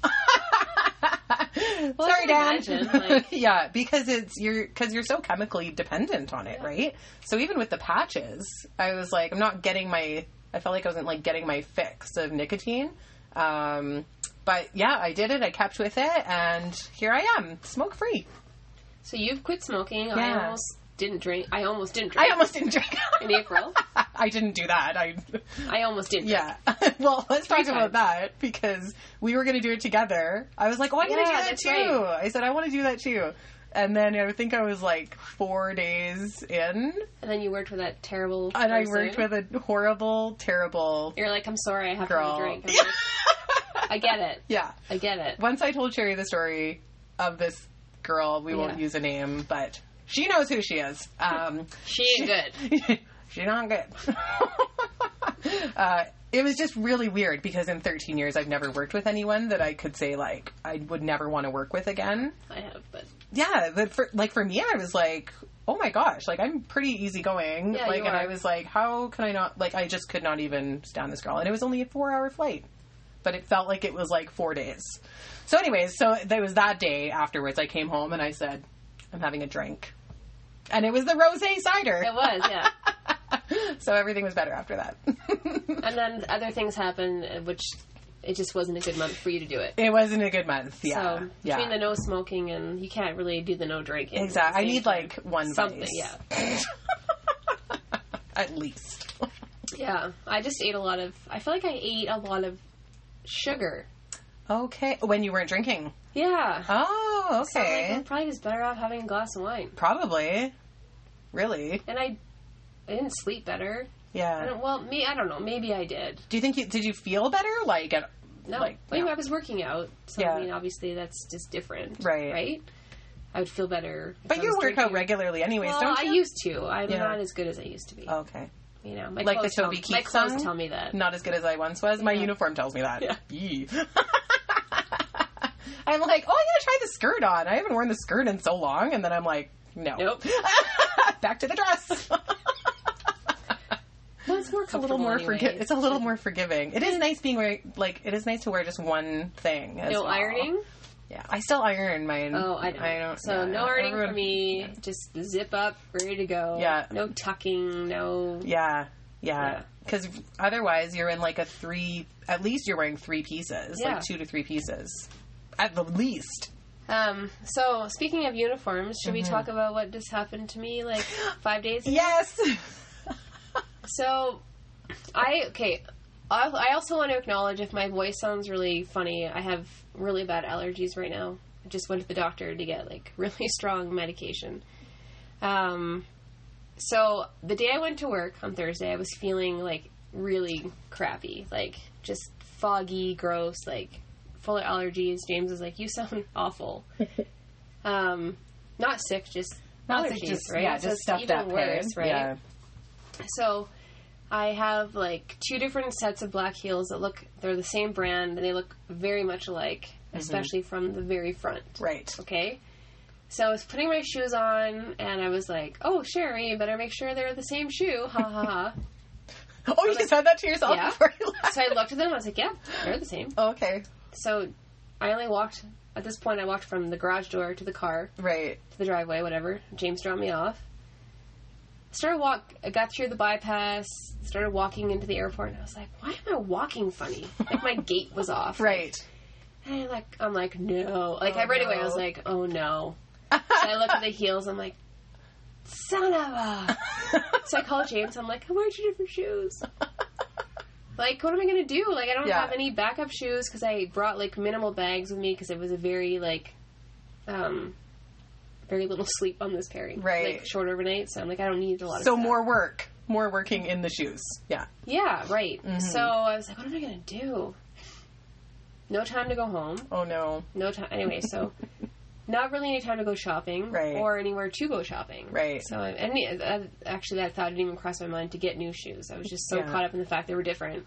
Well, I
Sorry, Dad.
can imagine, like-
yeah, because it's you're because you're so chemically dependent on it, right? So even with the patches, I was like, I'm not getting my. I felt like I wasn't like getting my fix of nicotine. Um, but yeah, I did it. I kept with it, and here I am, smoke free.
So you've quit smoking. I
Yeah.
almost didn't drink. I almost didn't
I
drink
almost didn't drink.
in April.
I didn't do that. I
I almost didn't.
yeah. well, let's talk
times.
about that because we were going to do it together. I was like, "Oh, I'm going to
Yeah,
do that
that's
too."
right.
I said, "I want to do that too." And then I think I was like four days in,
And then you worked with that terrible.
and I
person.
worked with a horrible, terrible
You're like, I'm sorry, I have
girl.
to drink. I'm
Yeah.
like, I get it.
yeah.
I get it.
Once I told Cherry the story of this girl, we won't
Yeah.
use a name, but she knows who she is. Um,
She ain't good.
She's not good. uh, it was just really weird because in 13 years I've never worked with anyone that I could say like I would never want to work with again.
I have, but
Yeah, but for like for me I was like, oh my gosh, like I'm pretty easygoing.
Yeah,
like
you
and
are.
I was like, how can I not like I just could not even stand this girl and it was only a 4-hour flight. But it felt like it was like 4 days. So anyways, so there was that day afterwards I came home and I said, I'm having a drink. And it was the rosé cider.
it was, yeah.
So everything was better after that.
and then other things happened, uh, which it just wasn't a good month for you to do it.
it wasn't a good month. Yeah.
so
yeah.
between the no smoking and you can't really do the no drinking. at the
exactly. I
same
need
time.
like one
something.
vice,
Yeah,
At least.
yeah. I just ate a lot of. I feel like I ate a lot of sugar.
Okay. When you weren't drinking.
Yeah.
Oh. Oh,
So I'm like,
okay.
I'm probably just better off having a glass of wine.
Probably. Really?
And I, I didn't sleep better. I
Yeah.
don't, well, me, I don't know. Maybe I did.
Do you think you did you feel better? Like, at,
No,
Like,
I mean,
yeah.
I was working out, so
Yeah.
I mean, obviously that's just different,
Right.
Right. I would feel better. if
but
I
you
was
work out
drinking-
regularly, anyways,
Well,
don't
I
you?
used to. I'm
Yeah.
not as good as I used to be.
okay.
You know, my
Like the
clothes tell-
Toby
My
Keith
clothes
song?
tell me that.
Not as good as I once was. My
Yeah.
uniform tells me that.
Yeah.
Yee. I'm like, oh, I gotta try the skirt on. I haven't worn the skirt in so long, and then I'm like, no.
Nope.
Back to the dress.
Well, it's more
It's a little more forgi-
forgiving.
It's a little more forgiving. It is nice being wear like it is nice to wear just one thing. as
No
well.
ironing.
Yeah, I still iron mine.
Oh, I don't.
I don't.
so
yeah,
no ironing
everyone-
for me. Just zip up, ready to go.
Yeah.
No tucking. No.
Yeah, yeah.
Yeah.
Because otherwise, you're in like a three. At least you're wearing three pieces,
Yeah.
like two to three pieces, at the least.
Um. So speaking of uniforms, should
Mm-hmm.
we talk about what just happened to me like five days ago?
Yes.
So, I okay. I I also want to acknowledge if my voice sounds really funny. I have really bad allergies right now. I just went to the doctor to get like really strong medication. Um, so the day I went to work on Thursday, I was feeling like really crappy, like just foggy, gross, like full of allergies. James was like, "You sound awful." um, not sick, just
Not
allergies,
sick, just-
right?
Yeah,
So
just
it's
stuff
even
that
worse,
pain.
right?
Yeah.
So I have like two different sets of black heels that look they're the same brand and they look very much alike, especially from the very front.
Right.
Okay? So I was putting my shoes on and I was like, Oh Sherry, you better make sure they're the same shoe. Ha ha ha.
Oh, you said that to yourself
Yeah.
before you left.
so I looked at them, I was like, Yeah, they're the same.
Okay.
So I only walked at this point I walked from the garage door to the car
Right.
to the driveway, whatever. James dropped me off. Started walk. I got through the bypass. Started walking into the airport, and I was like, "Why am I walking funny? Like my gait was off."
Right.
And I like, I'm like, no. Like
Oh,
I right away, I was
no.
like, oh no. So I look at the heels. I'm like, son of a. So I call James. I'm like, I'm wearing two different shoes. Like, what am I gonna do? Like, I don't
Yeah.
have any backup shoes because I brought like minimal bags with me because it was a very like, um, very little sleep on this pairing.
Right.
Like short overnight, so I'm like, I don't need a lot of.
so
stuff.
more work, more working in the shoes. Yeah.
Yeah. Right.
Mm-hmm.
So I was like, what am I gonna do? No time to go home.
Oh no.
No time. Anyway, so. Not really any time to go shopping
Right.
or anywhere to go shopping.
Right.
So, I- and yeah, that, actually, that thought didn't even cross my mind to get new shoes. I was just so
Yeah.
caught up in the fact they were different.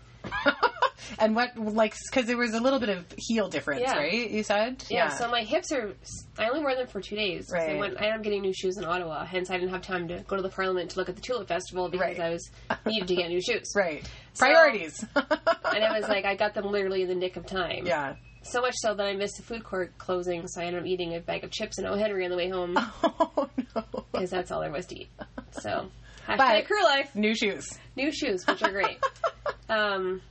and what like because there was a little bit of heel difference,
Yeah.
right? You said.
Yeah, so my hips are. I only wore them for two days. 'cause I,
Right.
went, I am getting new shoes in Ottawa, hence I didn't have time to go to the Parliament to look at the Tulip Festival because
Right.
I was needed to get new shoes.
Right. Priorities.
And I was like, I got them literally in the nick of time.
yeah.
So much so that I missed the food court closing, so I ended up eating a bag of chips and O. Henry on the way home
Oh no.
because that's all there was to eat. So, hashtag
But-
crew life,
New shoes.
new shoes, which are great. um,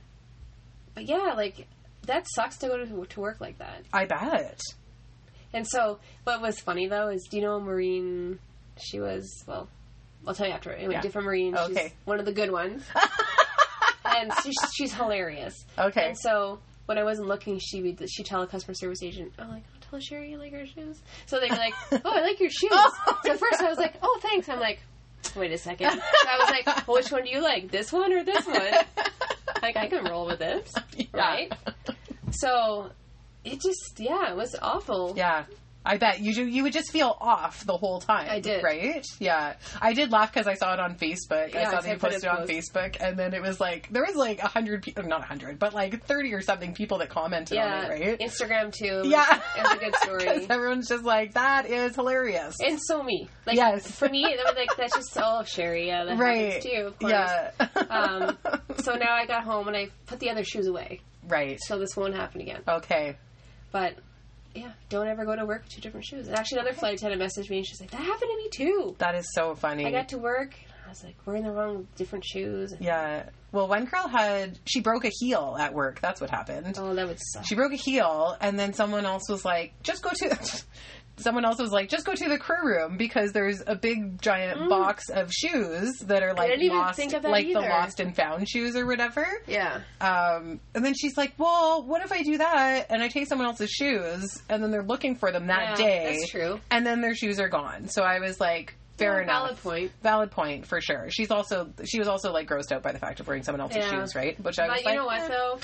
but yeah, like that sucks to go to, to work like that.
I bet.
And so, what was funny though is, do you know Marine? She was well. I'll tell you after. Anyway,
Yeah.
different Marine. She's
Okay.
one of the good ones, and she's, she's hilarious.
Okay.
And so, when I wasn't looking, she would she tell a customer service agent, "I'm like, oh, tell Sherry you like her shoes." So they'd be like, "Oh, I like your shoes."
Oh,
so at first, I was like, "Oh, thanks." I'm like, "Wait a second. So I was like, "Which one do you like? This one or this one?" Like, I can roll with this,
Yeah.
right? So, it just yeah, it was awful.
Yeah. I bet you do, you would just feel off the whole time.
I did.
right? Yeah, I did laugh because I saw it on Facebook.
Yeah,
I saw
I
that you
put it
posted it on
post.
Facebook, and then it was like there was like a hundred people, not a hundred, but like thirty or something people that commented on
Yeah,
it, right?
Instagram too.
yeah,
it's a good story.
Because everyone's just like that is hilarious,
and so me. Like
Yes.
for me, that was like that's just oh Sherry, yeah, that
right?
happens too. Of course.
yeah,
Um, so now I got home and I put the other shoes away,
right.
so this won't happen again.
Okay,
But yeah, don't ever go to work with two different shoes. And actually, another flight attendant messaged me and she's like, "That happened to me too.
that is so funny.
I got to work." I was like, "We're in the wrong different shoes."
yeah. Well, one girl had she broke a heel at work. That's what happened.
Oh, that would suck.
She broke a heel, and then someone else was like, "Just go to." someone else was like, just go to the crew room because there's a big giant box of shoes that are like
Mm. didn't even
lost,
think of that
like the
either.
lost and found shoes or whatever.
Yeah.
Um, and then she's like, well, what if I do that and I take someone else's shoes and then they're looking for them that
Yeah,
day?
That's true.
And then their shoes are gone. So I was like, fair
Yeah,
enough.
valid point.
Valid point for sure. She's also she was also like grossed out by the fact of wearing someone else's
Yeah.
shoes, right? Which I
But
was
you
like,
know what
eh,
though?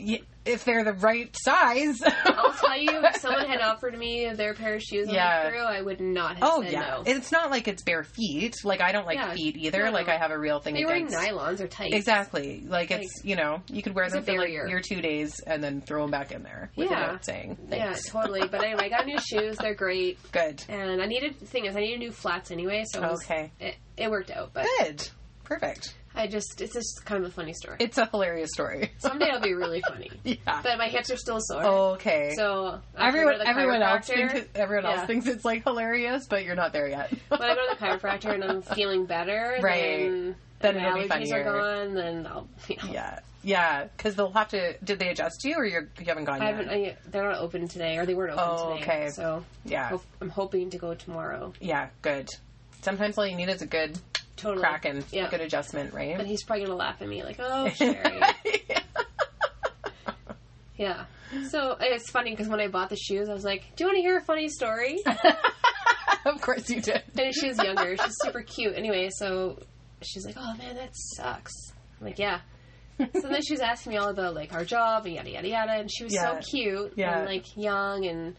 y- if they're the right size.
I'll tell you, if someone had offered me their pair of shoes on
Yeah.
the crew, I would not have
Oh
said
yeah,
no.
it's not like it's bare feet. Like I don't like
Yeah,
feet either.
no,
Like
no.
I have a real thing
they were in
against
nylons or tight.
exactly. Like it's you know you could wear
It's a
them for like
barrier.
your two days and then throw them back in there
Yeah.
without saying
Yeah,
thanks.
totally. But anyway, I got new shoes. They're great.
Good,
And I needed the thing is I needed new flats anyway, so it, was-
Okay.
it, it worked out. But
good, perfect.
I just it's just kind of a funny story.
It's a hilarious story.
Someday it'll be really funny.
yeah.
But my hips are still sore.
okay.
So I have to go
everyone
to the
everyone else
chiropractor.
thinks it, everyone
Yeah.
else thinks it's like hilarious, but you're not there yet.
when I go to the chiropractor and I'm feeling better,
Right.
Then,
Then
and my
it'll be
allergies are
funnier.
gone. Then I'll. You know,
yeah, yeah, because they'll have to. Did they adjust you, or you're, you haven't gone
I
yet?
haven't. I, they're not open today, or they weren't open
Oh,
today.
okay.
So
yeah,
ho- I'm hoping to go tomorrow.
yeah, good. Sometimes all you need is a good
Totally.
crack and
Yeah.
good adjustment,
But
right?
he's probably gonna laugh at me like, "Oh, Sherry." yeah. So it's funny because when I bought the shoes, I was like, "Do you want to hear a funny story?"
of course you did.
and she was younger. She's super cute. Anyway, so she's like, "Oh man, that sucks." I'm like, "Yeah." so then she was asking me all about like our job and yada yada yada, and she was
Yeah.
so cute
Yeah.
and like young and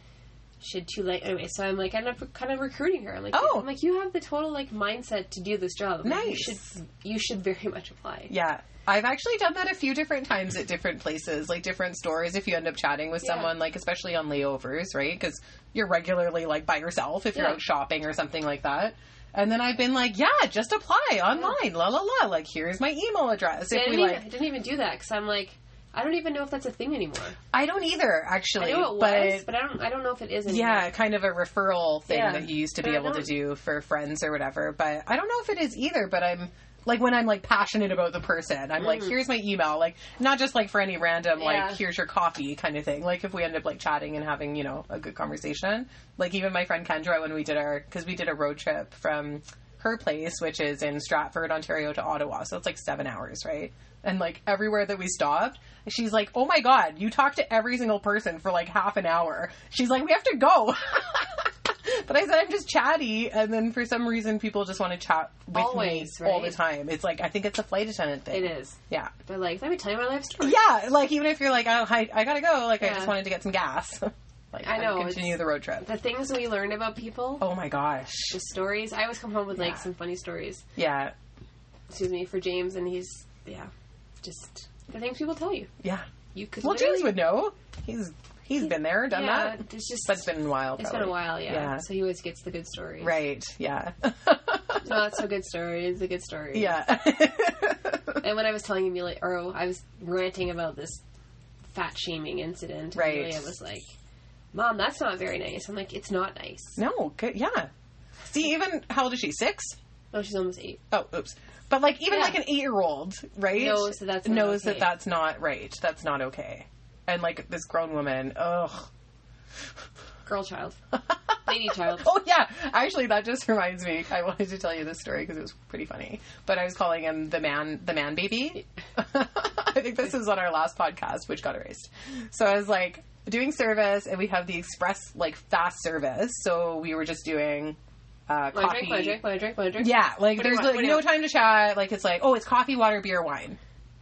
she had too late anyway. So I'm like, I end up kind of recruiting her. I'm like,
Oh.
I'm like, you have the total like mindset to do this job. I'm like, you
Nice.
should you should very much apply.
Yeah. I've actually done that a few different times at different places, like different stores. If you end up chatting with
Yeah.
someone, like especially on layovers, right? Because you're regularly like by yourself if you're
Yeah.
out shopping or something like that. And then I've been like, yeah, just apply online, la la la. Like here's my email address.
See, I,
If we
didn't
like,
even, I didn't even do that because I'm like, I don't even know if that's a thing anymore.
I don't either
I
actually,
know it
but
was, but I don't I don't know if it is anymore.
yeah, kind of a referral thing
Yeah.
that you used to be
But I
able to
don't-
do for friends or whatever. But I don't know if it is either. But I'm like when I'm like passionate about the person, I'm like, here's my email, like not just like for any random
Mm. Yeah.
like here's your coffee kind of thing. Like if we end up like chatting and having you know a good conversation, like even my friend Kendra when we did our because we did a road trip from her place, which is in Stratford, Ontario, to Ottawa, so it's like seven hours, right? And like everywhere that we stopped, she's like, "Oh my god, you talked to every single person for like half an hour." She's like, "We have to go." But I said I'm just chatty, and then for some reason people just want to chat with
Always,
me all the
right?
time. It's like I think it's a flight attendant thing.
it is.
Yeah,
They're like, let me tell you my life story.
yeah. Like even if you're like, oh, I, I gotta go. Like I
Yeah.
just wanted to get some gas. like
I
and
know,
Continue
it's-
the road trip.
The things we learn about people,
Oh my gosh.
the stories. I always come home with
Yeah.
like some funny stories.
Yeah,
Excuse me for James, and he's yeah, just the things people tell you.
yeah.
You could.
Well,
literally-
James would know. He's he's been there, done
yeah,
that.
It's just.
But it's been a while.
it's been a
probably.
while, yeah.
Yeah.
So he always gets the good stories.
Right. Yeah.
Not so good stories, the good stories.
yeah.
And when I was telling him, like, or I was ranting about this fat shaming incident, and
Right.
Amelia was like, "Mom, that's not very nice." I'm like, "It's not nice."
no. Good. Yeah. See, even how old is she? Six.
No, she's almost eight.
Oh, oops. But like even
Yeah.
like an eight year old, right?
Knows that that's not
knows
okay.
that that's not right. That's not okay. And like this grown woman, ugh.
Girl child, lady child.
Oh yeah, actually that just reminds me. I wanted to tell you this story because it was pretty funny. But I was calling him the man, the man baby. I think this was on our last podcast, which got erased. So I was like doing service, and we have the express like fast service. So we were just doing uh,
Want to
coffee.
drink? Want to drink? Want to drink? Want to drink?
Yeah, like
What do you
there's
want? What
like,
do you
no
want?
time to chat. Like it's like, oh, it's coffee, water, beer, wine.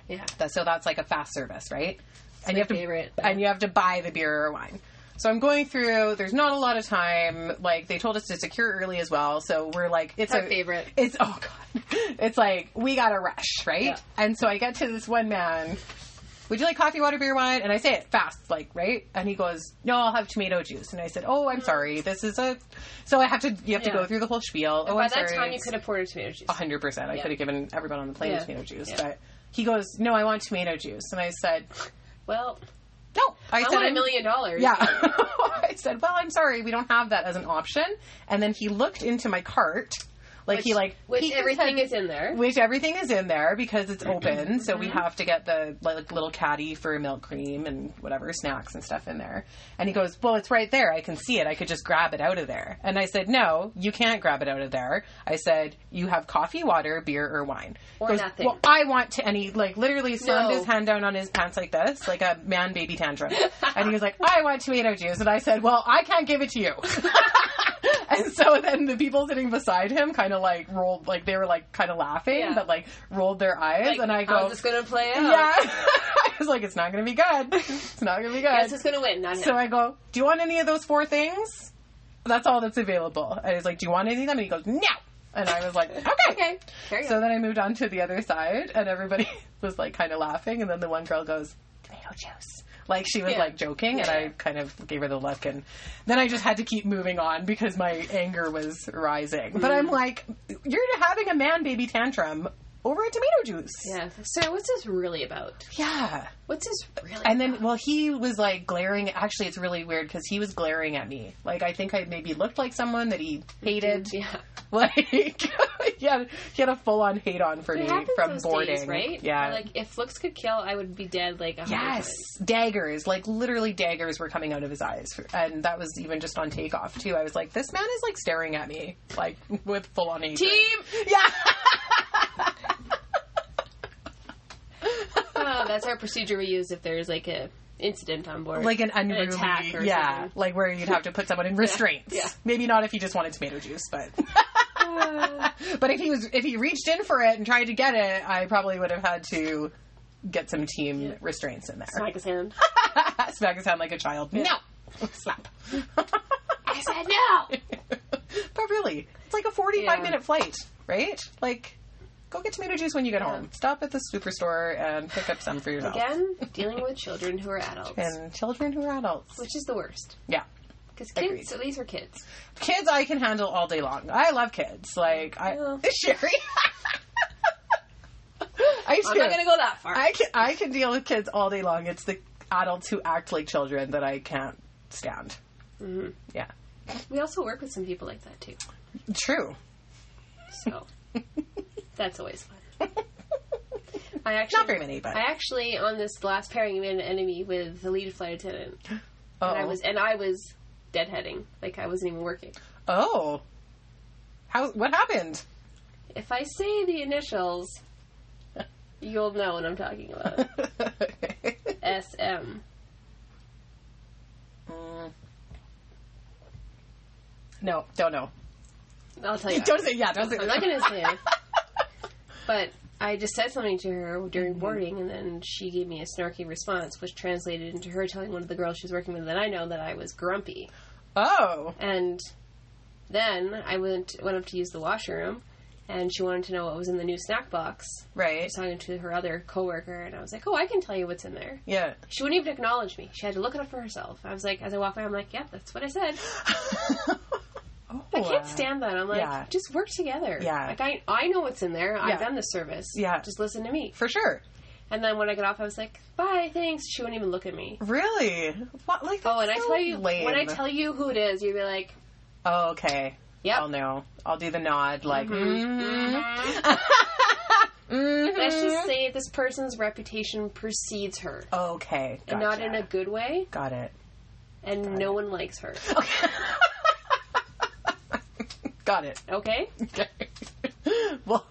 yeah.
That so that's like a fast service, right? and
my
you have to
favorite.
and you have to buy the beer or wine. So I'm going through. There's not a lot of time. Like they told us to secure early as well. So we're like, it's
Our
a
favorite.
It's oh god, it's like we got to rush, right?
Yeah.
And so I get to this one man. Would you like coffee, water, beer, wine? And I say it fast, like right. And he goes, No, I'll have tomato juice. And I said, Oh, I'm sorry. This is a. So I have to. You have
Mm. Yeah.
to go through the whole spiel. oh,
By
I'm
that
sorry.
time, you
It's-
could have poured a tomato juice.
a hundred percent. I
Yeah.
could have given everyone on the plane
Yeah.
tomato juice,
Yeah.
but he goes, "No, I want tomato juice." And I said,
Well,
"No." I,
I
said,
want a
"I'm-
million dollars.
Yeah. I said, "Well, I'm sorry, we don't have that as an option." And then he looked into my cart Like
Which,
he like
which
peeked his
everything
head-
is in there.
which everything is in there because it's open. so
Mm-hmm.
we have to get the like little caddy for milk cream and whatever snacks and stuff in there. And he goes, "Well, it's right there. I can see it. I could just grab it out of there." And I said, "No, you can't grab it out of there." I said, "You have coffee, water, beer, or wine." He
Or
goes,
nothing.
Well, I want to. And he like literally slammed
No.
his hand down on his pants like this, like a man baby tantrum. and he was like, "I want tomato juice," and I said, "Well, I can't give it to you." And so then the people sitting beside him kind of like rolled, like they were like kind of laughing,
Yeah.
but like rolled their eyes.
Like,
and I go,
how's this gonna play out?
yeah. I was like, it's not going to be good. It's not going to be
Guess
good.
who's gonna win? Not him.
So I go, do you want any of those four things? That's all that's available. And he's like, do you want any of them? And he goes, no. And I was like, okay.
okay, carry
So
on.
then I moved on to the other side, and everybody was like kind of laughing, and then the one girl goes, "Tomato juice." Like she was
Yeah.
like joking, and I
Yeah.
kind of gave her the look, and then I just had to keep moving on because my anger was rising. But
Mm.
I'm like, "You're having a man baby tantrum over a tomato juice."
Yeah. So what's this really about?
Yeah.
What's this really?
And then,
about?
well, he was like glaring. Actually, it's really weird because he was glaring at me. Like, I think I maybe looked like someone that he hated.
yeah.
Like he had he had a full on hate on for
It
me
happens
from
those
boarding,
days, right?
Yeah.
Like if looks could kill, I would be dead like a hundred
yes,
times.
daggers. Like literally, daggers were coming out of his eyes, and that was even just on takeoff too. I was like, this man is like staring at me, like with full on hate.
Team.
Yeah.
Oh, that's our procedure we use if there's like a incident on board,
Like an unruly,
attack or
yeah,
something.
like where you'd have to put someone in restraints.
yeah.
Maybe not if he just wanted tomato juice, but
Uh,
but if he was if he reached in for it and tried to get it, I probably would have had to get some team restraints in there.
smack his hand.
smack his hand like a child. No, slap.
I said no.
but really, it's like a forty-five
Yeah.
minute flight, right? Like, go get tomato juice when you get home. Stop at the superstore and pick up some for yourself.
Again, dealing with children who are adults,
And children who are adults.
which is the worst
Yeah.
because kids.
Agreed.
At least we're kids.
Kids I can handle all day long. I love kids. Like I
Yeah.
Sherry. I
I'm not gonna go that far.
I can I can deal with kids all day long. It's the adults who act like children that I can't stand.
Mhm.
Yeah,
we also work with some people like that too,
true.
so that's always fun. I actually
Not very many, but
I actually on this last pairing made an enemy with the lead flight attendant.
oh,
And I was and I was deadheading. Like I wasn't even working.
oh, how what happened?
If I say the initials, you'll know what I'm talking about. SM.
Mm. No, don't know.
I'll tell you.
Don't say yeah. Don't say.
I'm not gonna say it. But I just said something to her during boarding, and then she gave me a snarky response, which translated into her telling one of the girls she's working with that I know that I was grumpy.
Oh,
And then I went went up to use the washroom, and she wanted to know what was in the new snack box. I
right.
was talking to her other coworker, and I was like, "Oh, I can tell you what's in there."
Yeah.
She wouldn't even acknowledge me. She had to look it up for herself. I was like, as I walked by, I'm like, "Yep, that's what I said."
Oh,
I
uh,
can't stand that. I'm like,
Yeah.
just work together.
Yeah.
Like I, I know what's in there.
Yeah.
I've done the service.
Yeah.
Just listen to me.
for sure.
And then when I got off, I was like, "Bye, thanks." She wouldn't even look at me.
Really? What? Like
Oh, and I
that's
tell you,
so lame.
when I tell you who it is, you'd be like,
Oh, okay.
"Yep." Mm-hmm.
I'll know. I'll do the nod, like, mm
Let's Mm-hmm.
Mm-hmm.
just say this person's reputation precedes her,
okay. Gotcha.
and not in a good way,
Got it.
and no one likes her.
Okay. Got it.
Okay.
Okay. well,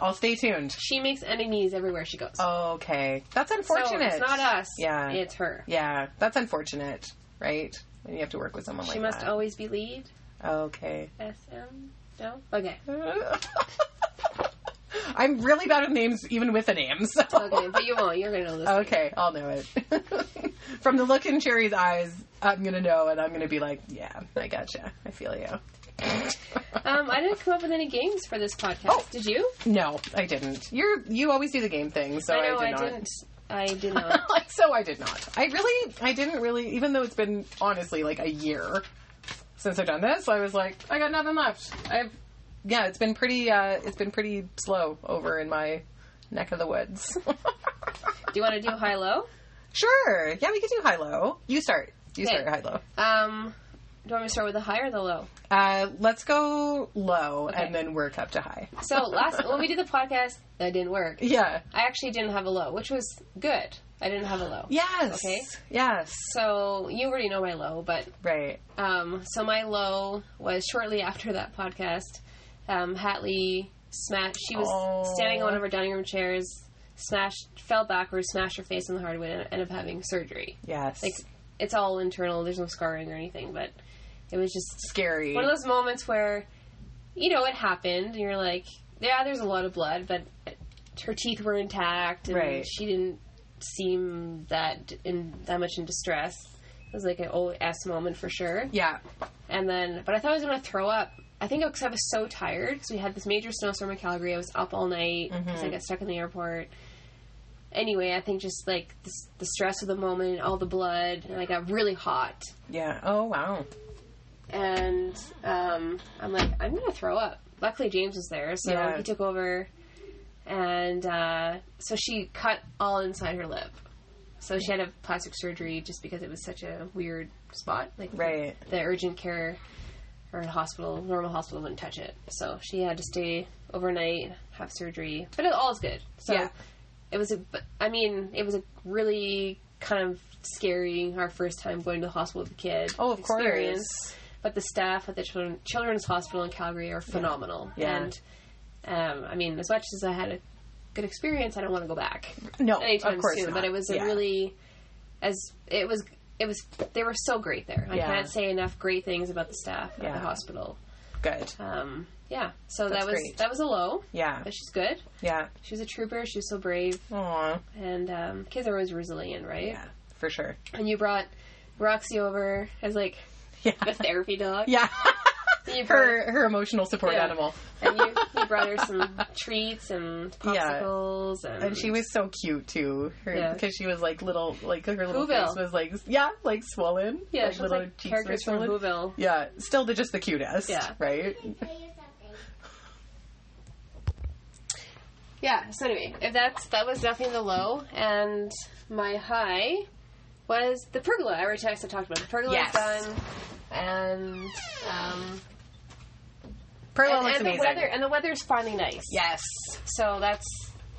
I'll stay tuned.
She makes enemies everywhere she goes.
Okay. That's
So
unfortunate.
it's not us.
Oh, Yeah.
It's her.
Yeah, that's unfortunate, right? When you have to work with someone
she
like
must
that.
always be lead.
okay.
SM. No. Okay.
I'm really bad with names, even with a name. So.
Okay, but you won't. You're gonna listen.
Okay, I'll know it. From the look in Cherry's eyes, I'm gonna know, and I'm gonna be like, "Yeah, I gotcha. I feel you."
Um, I didn't come up with any games for this podcast.
Oh.
Did you?
No, I didn't. You're you always do the game thing, so
I know
did
I,
not.
didn't. I did not.
like, so I did not. I really, I didn't really. Even though it's been honestly like a year since I've done this, I was like, I got nothing left. I've yeah, it's been pretty. uh It's been pretty slow over in my neck of the woods.
do you want to do high low?
sure. Yeah, we could do high low. You start. You
Okay.
start high low.
Um, Do you want me to start with the high or the low?
Uh, let's go low
Okay.
and then work up to high.
So last when we did the podcast, that didn't work.
Yeah.
I actually didn't have a low, which was good. I didn't have a low.
Yes.
Okay.
Yes.
So you already know my low, but
Right.
um, so my low was shortly after that podcast. Um, Hatley smashed. She was
Oh.
standing on one of her dining room chairs, smashed, fell backwards, smashed her face on the hardwood, and ended up having surgery.
Yes.
Like it's all internal. There's no scarring or anything, but it was just
Scary.
one of those moments where you know it happened and you're like yeah there's a lot of blood but her teeth were intact and
Right.
she didn't seem that in that much in distress it was like an old s moment for sure
yeah.
and then but i thought i was going to throw up i think because i was so tired because we had this major snowstorm in calgary i was up all night because
Mm-hmm.
i got stuck in the airport anyway i think just like the, s- the stress of the moment all the blood and i got really hot
Yeah. Oh wow.
and um, I'm like, I'm gonna throw up. Luckily, James was there, so
Yeah.
he took over, and uh, so she cut all inside her lip. So she had to have plastic surgery just because it was such a weird spot. Like
Right.
the urgent care or the hospital, normal hospital wouldn't touch it. So she had to stay overnight, have surgery, but it all's good. So
Yeah.
it was a, but- I mean, it was a really kind of scary our first time going to the hospital with a kid.
Oh, of
experience.
course.
But the staff at the children, Children's Hospital in Calgary are phenomenal.
Yeah.
And um, I mean, as much as I had a good experience, I don't want to go back
No.
anytime
of course
soon.
not.
But it was a
Yeah.
really as it was it was they were so great there. I
Yeah.
can't say enough great things about the staff at
Yeah.
the hospital.
good.
Um, yeah, so
That's
that was
great.
that was a low,
Yeah.
but she's good.
Yeah.
She was a trooper. She was so brave,
Aw.
and um, kids are always resilient, right?
Yeah. For sure.
And you brought Roxy over as like
Yeah.
the therapy dog.
Yeah.
You brought-
her her emotional support
Yeah.
animal.
and you, you brought her some treats and
Yeah.
popsicles, and,
And she was so cute too,
Yeah.
because she was like little, like her little
Whoville.
face was like, yeah, like swollen.
yeah,
like,
she was like
cheeks were
characters from
swollen.
Whoville.
Yeah, still the, just the cutest.
Yeah.
right.
Yeah. So anyway, if that's that was definitely the low, and my high was the pergola. I already talked, I talked about it. the pergola
Yes.
is done, and um,
Perla
and,
looks
and the
amazing.
weather and the weather is finally nice.
yes.
So that's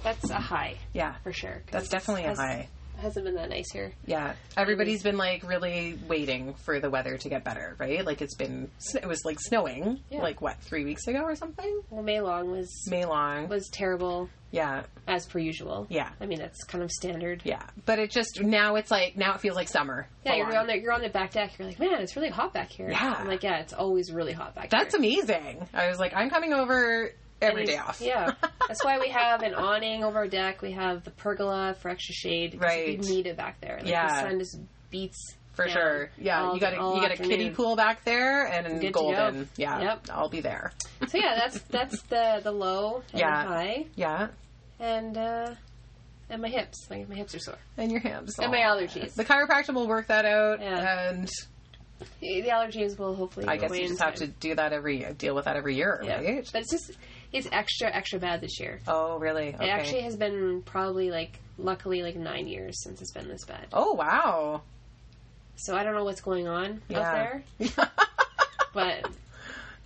that's a high
Yeah.
for sure. 'cause
That's definitely a
has-
high.
Hasn't been that nice here.
Yeah, everybody's been like really waiting for the weather to get better, right? Like it's been, it was like snowing,
Yeah.
like what three weeks ago or something.
Well, May long was
May long.
was terrible
Yeah,
as per usual.
yeah,
I mean that's kind of standard.
yeah. But it just now it's like now it feels like summer.
Yeah,
Full
you're
on.
on the you're on the back deck. You're like, man, it's really hot back here.
Yeah.
I'm like, yeah, it's always really hot back here.
That's amazing. I was like, I'm coming over every
And
day
it's-
off.
Yeah, that's why we have an awning over our deck. We have the pergola for extra shade. 'cause
Right.
we need it back there. Like,
Yeah.
the sun just beats
For
down
sure. Yeah,
all-
you got a
all
you got a kiddie
afternoon.
pool back there and
Good to
golden.
go.
Yeah.
Yep.
I'll be there.
So yeah, that's that's the the low and
Yeah.
the high,
Yeah.
and uh, and my hips. My, my hips are sore,
And your hams.
and my
Aw.
allergies.
The chiropractor will work that out
Yeah.
and
The allergies will hopefully.
I
go
guess
away
you
in
just have to
time.
do that every deal with that every year,
Yeah.
right?
But it's just it's extra extra bad this year.
Oh, really?
It
Okay.
actually has been probably like luckily like nine years since it's been this bad.
oh, wow.
So I don't know what's going on
Yeah.
out there. but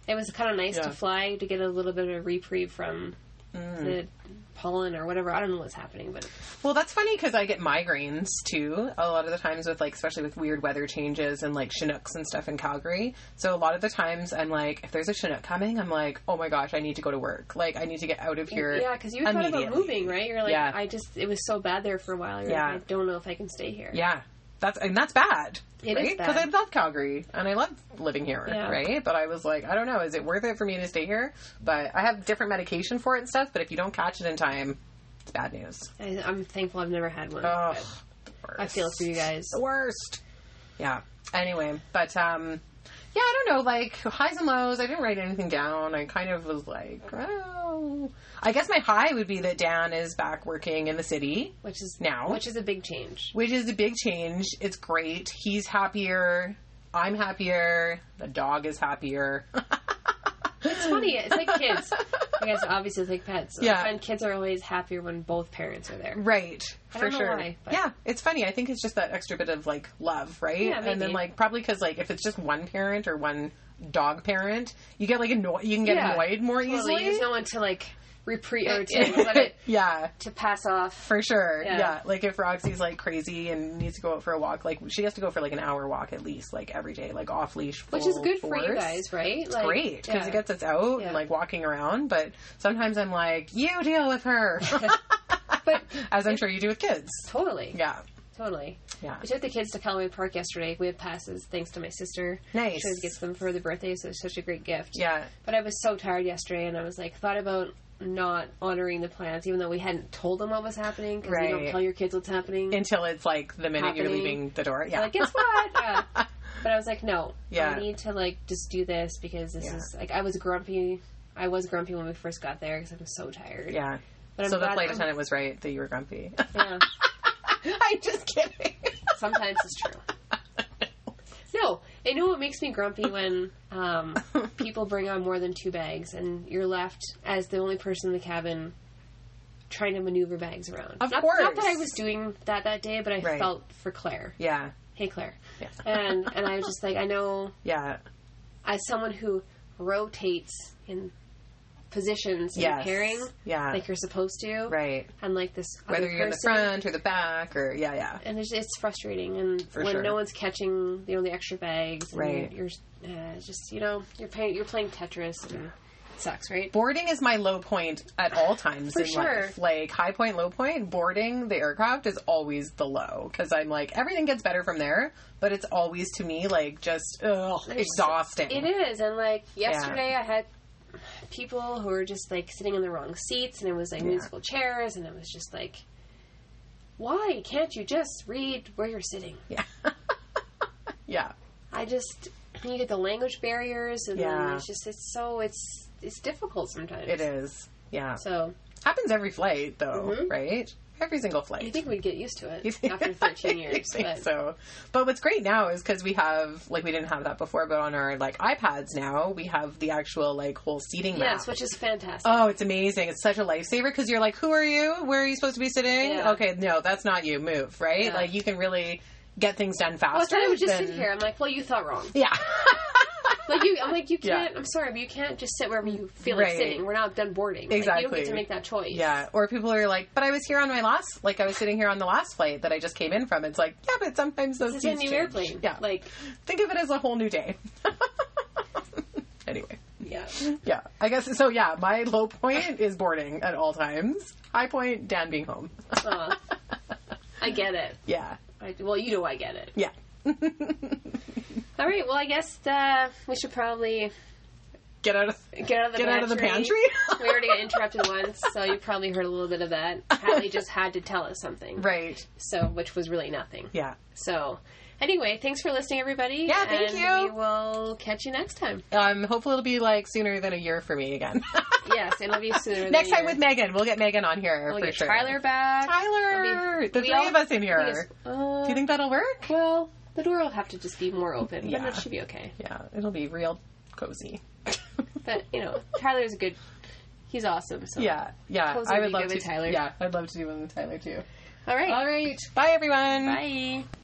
it was kind of nice
Yeah. Mm.
to fly to get a little bit of reprieve from the pollen or whatever. I don't know what's happening, but
Well, that's funny because I get migraines too a lot of the times with like, especially with weird weather changes and like Chinooks and stuff in Calgary. So a lot of the times I'm like, if there's a Chinook coming, I'm like, oh my gosh, I need to go to work. Like, I need to get out of here.
yeah, because you had thought about
immediately.
moving, right? You're like,
Yeah.
I just it was so bad there for a while. You're
Yeah.
like, I don't know if I can stay here.
Yeah, that's and that's bad.
It
right?
is bad.
Because I love Calgary and I love living here,
Yeah.
right? But I was like, I don't know, is it worth it for me to stay here? But I have different medication for it and stuff. But if you don't catch it in time, it's bad news.
I, I'm thankful I've never had one.
Ugh,
but
the worst.
I feel for you guys.
the worst. Yeah. Anyway, but um, yeah, I don't know. Like highs and lows. I didn't write anything down. I kind of was like, oh. I guess my high would be that Dan is back working in the city
Which is
now
which is a big change.
which is a big change. It's great. He's happier. I'm happier. The dog is happier.
It's funny. It's like kids. I guess obviously it's like pets.
Yeah.
And kids are always happier when both parents are there.
Right.
I
For
don't know
sure.
why, but-
yeah. It's funny. I think it's just that extra bit of like love, right?
Yeah,
And then
maybe.
like probably because like if it's just one parent or one dog parent, you get like annoyed. You can get
Yeah,
annoyed more
Well,
easily.
There's no one to like reprieve or to let it
yeah.
to pass off.
For sure. Yeah.
Yeah.
Like if Roxy's like crazy and needs to go out for a walk, like she has to go for like an hour walk at least, like every day, like off leash.
Which is
full
good for you
force.
guys, right? It's like,
Great because
yeah.
it gets us out
Yeah.
and like walking around. But sometimes I'm like, you deal with her,
But
as I'm sure you do with kids.
totally,
Yeah,
totally.
yeah.
I took the kids to Conway Park yesterday. We had passes thanks to my sister.
Nice.
She always gets them for the birthday, so it's such a great gift.
Yeah,
But I was so tired yesterday, and I was like, thought about not honoring the plans, even though we hadn't told them what was happening, because you
Right.
don't tell your kids what's happening.
until it's like the minute you're
Happening.
leaving the door. Yeah,
Like, guess what? Yeah. But I was like, no,
Yeah.
I need to like just do this because this
Yeah.
is like I was grumpy. I was grumpy when we first got there because I'm so tired.
yeah.
But I'm
so the
glad
flight
I'm-
attendant was right that you were grumpy.
Yeah.
I'm just kidding.
Sometimes it's true. No, I know it makes me grumpy when um, people bring on more than two bags and you're left as the only person in the cabin trying to maneuver bags around.
Of
not,
course.
Not that I was doing that that day, but I
Right.
felt for Claire.
yeah,
Hey, Claire.
Yeah.
And, and I was just like, I know
yeah,
as someone who rotates in positions in
yes.
the pairing
yeah,
like you're supposed to,
right.
and like this
Whether
other
you're in the
person,
front or the back or yeah, yeah.
and it's, it's frustrating. And
For
when
sure.
no one's catching, you know, the extra bags, and
Right.
You're uh, just you know you're playing you're playing Tetris. And it sucks, right?
boarding is my low point at all times
For
in life.
sure.
Like high point, low point. Boarding the aircraft is always the low because I'm like everything gets better from there, but it's always to me like just ugh, exhausting.
It is, and like yesterday I had people who were just like sitting in the wrong seats, and it was like musical chairs, and it was just like. Why can't you just read where you're sitting?
Yeah,
I just you get the language barriers, and
Yeah.
then it's just it's so it's it's difficult sometimes.
it is. Yeah,
So
happens every flight though,
Mhm.
right? Every single
you
flight.
think we'd get used to
You
it
think-
after 13
I
years.
think
but
so. But what's great now is because we have like we didn't have that before, but on our like iPads now we have the actual like whole seating map.
Yes, which is fantastic.
Oh, it's amazing. It's such a lifesaver because you're like, who are you? Where are you supposed to be sitting?
Yeah.
Okay, no, that's not you. Move, right?
Yeah.
Like, you can really get things done
I was
faster.
trying to just sit
than-
here. I'm like, well, you thought wrong.
Yeah.
Like you, I'm like, you
Yeah.
can't. I'm sorry, but you can't just sit wherever you feel
Right.
like sitting. We're not done boarding. Like, you don't
Exactly.
get to make that choice.
yeah. Or people are like, but I was here on my last, like, I was sitting here on the last flight that I just came in from. It's like, yeah, but sometimes those
This is a
seats
new
change.
airplane.
Yeah.
Like,
Think of it as a whole new day. anyway.
yeah.
Yeah. I guess, so yeah, my low point is boarding at all times. High point, Dan being home.
Aw. I get it.
yeah.
I, well, you know I get it.
Yeah.
All right. Well, I guess uh, we should probably
Get out of
get out of the
get
pantry.
out of the pantry.
we already got interrupted once, so you probably heard a little bit of that. Hadley just had to tell us something,
right.
so which was really nothing.
Yeah.
So, anyway, thanks for listening, everybody.
Yeah, thank
and
you.
We will catch you next time.
Um, hopefully it'll be like sooner than a year for me again.
Yes, it'll be sooner.
Next
than
time with Megan, we'll get Megan on here
we'll
for
get
sure.
Tyler back.
Tyler,
It'll be-
the
we
three
all-
of us in
we
here.
just- uh,
Do you think that'll work?
Well, the door will have to just be more open,
Yeah.
but that should be okay.
Yeah, it'll be real cozy.
But you know, Tyler's a good. He's awesome. So
yeah, yeah.
Cozy
I
would
would
be
love
good
to.
with Tyler.
Yeah, I'd love to do one with Tyler too.
All right.
All right, bye everyone.
Bye.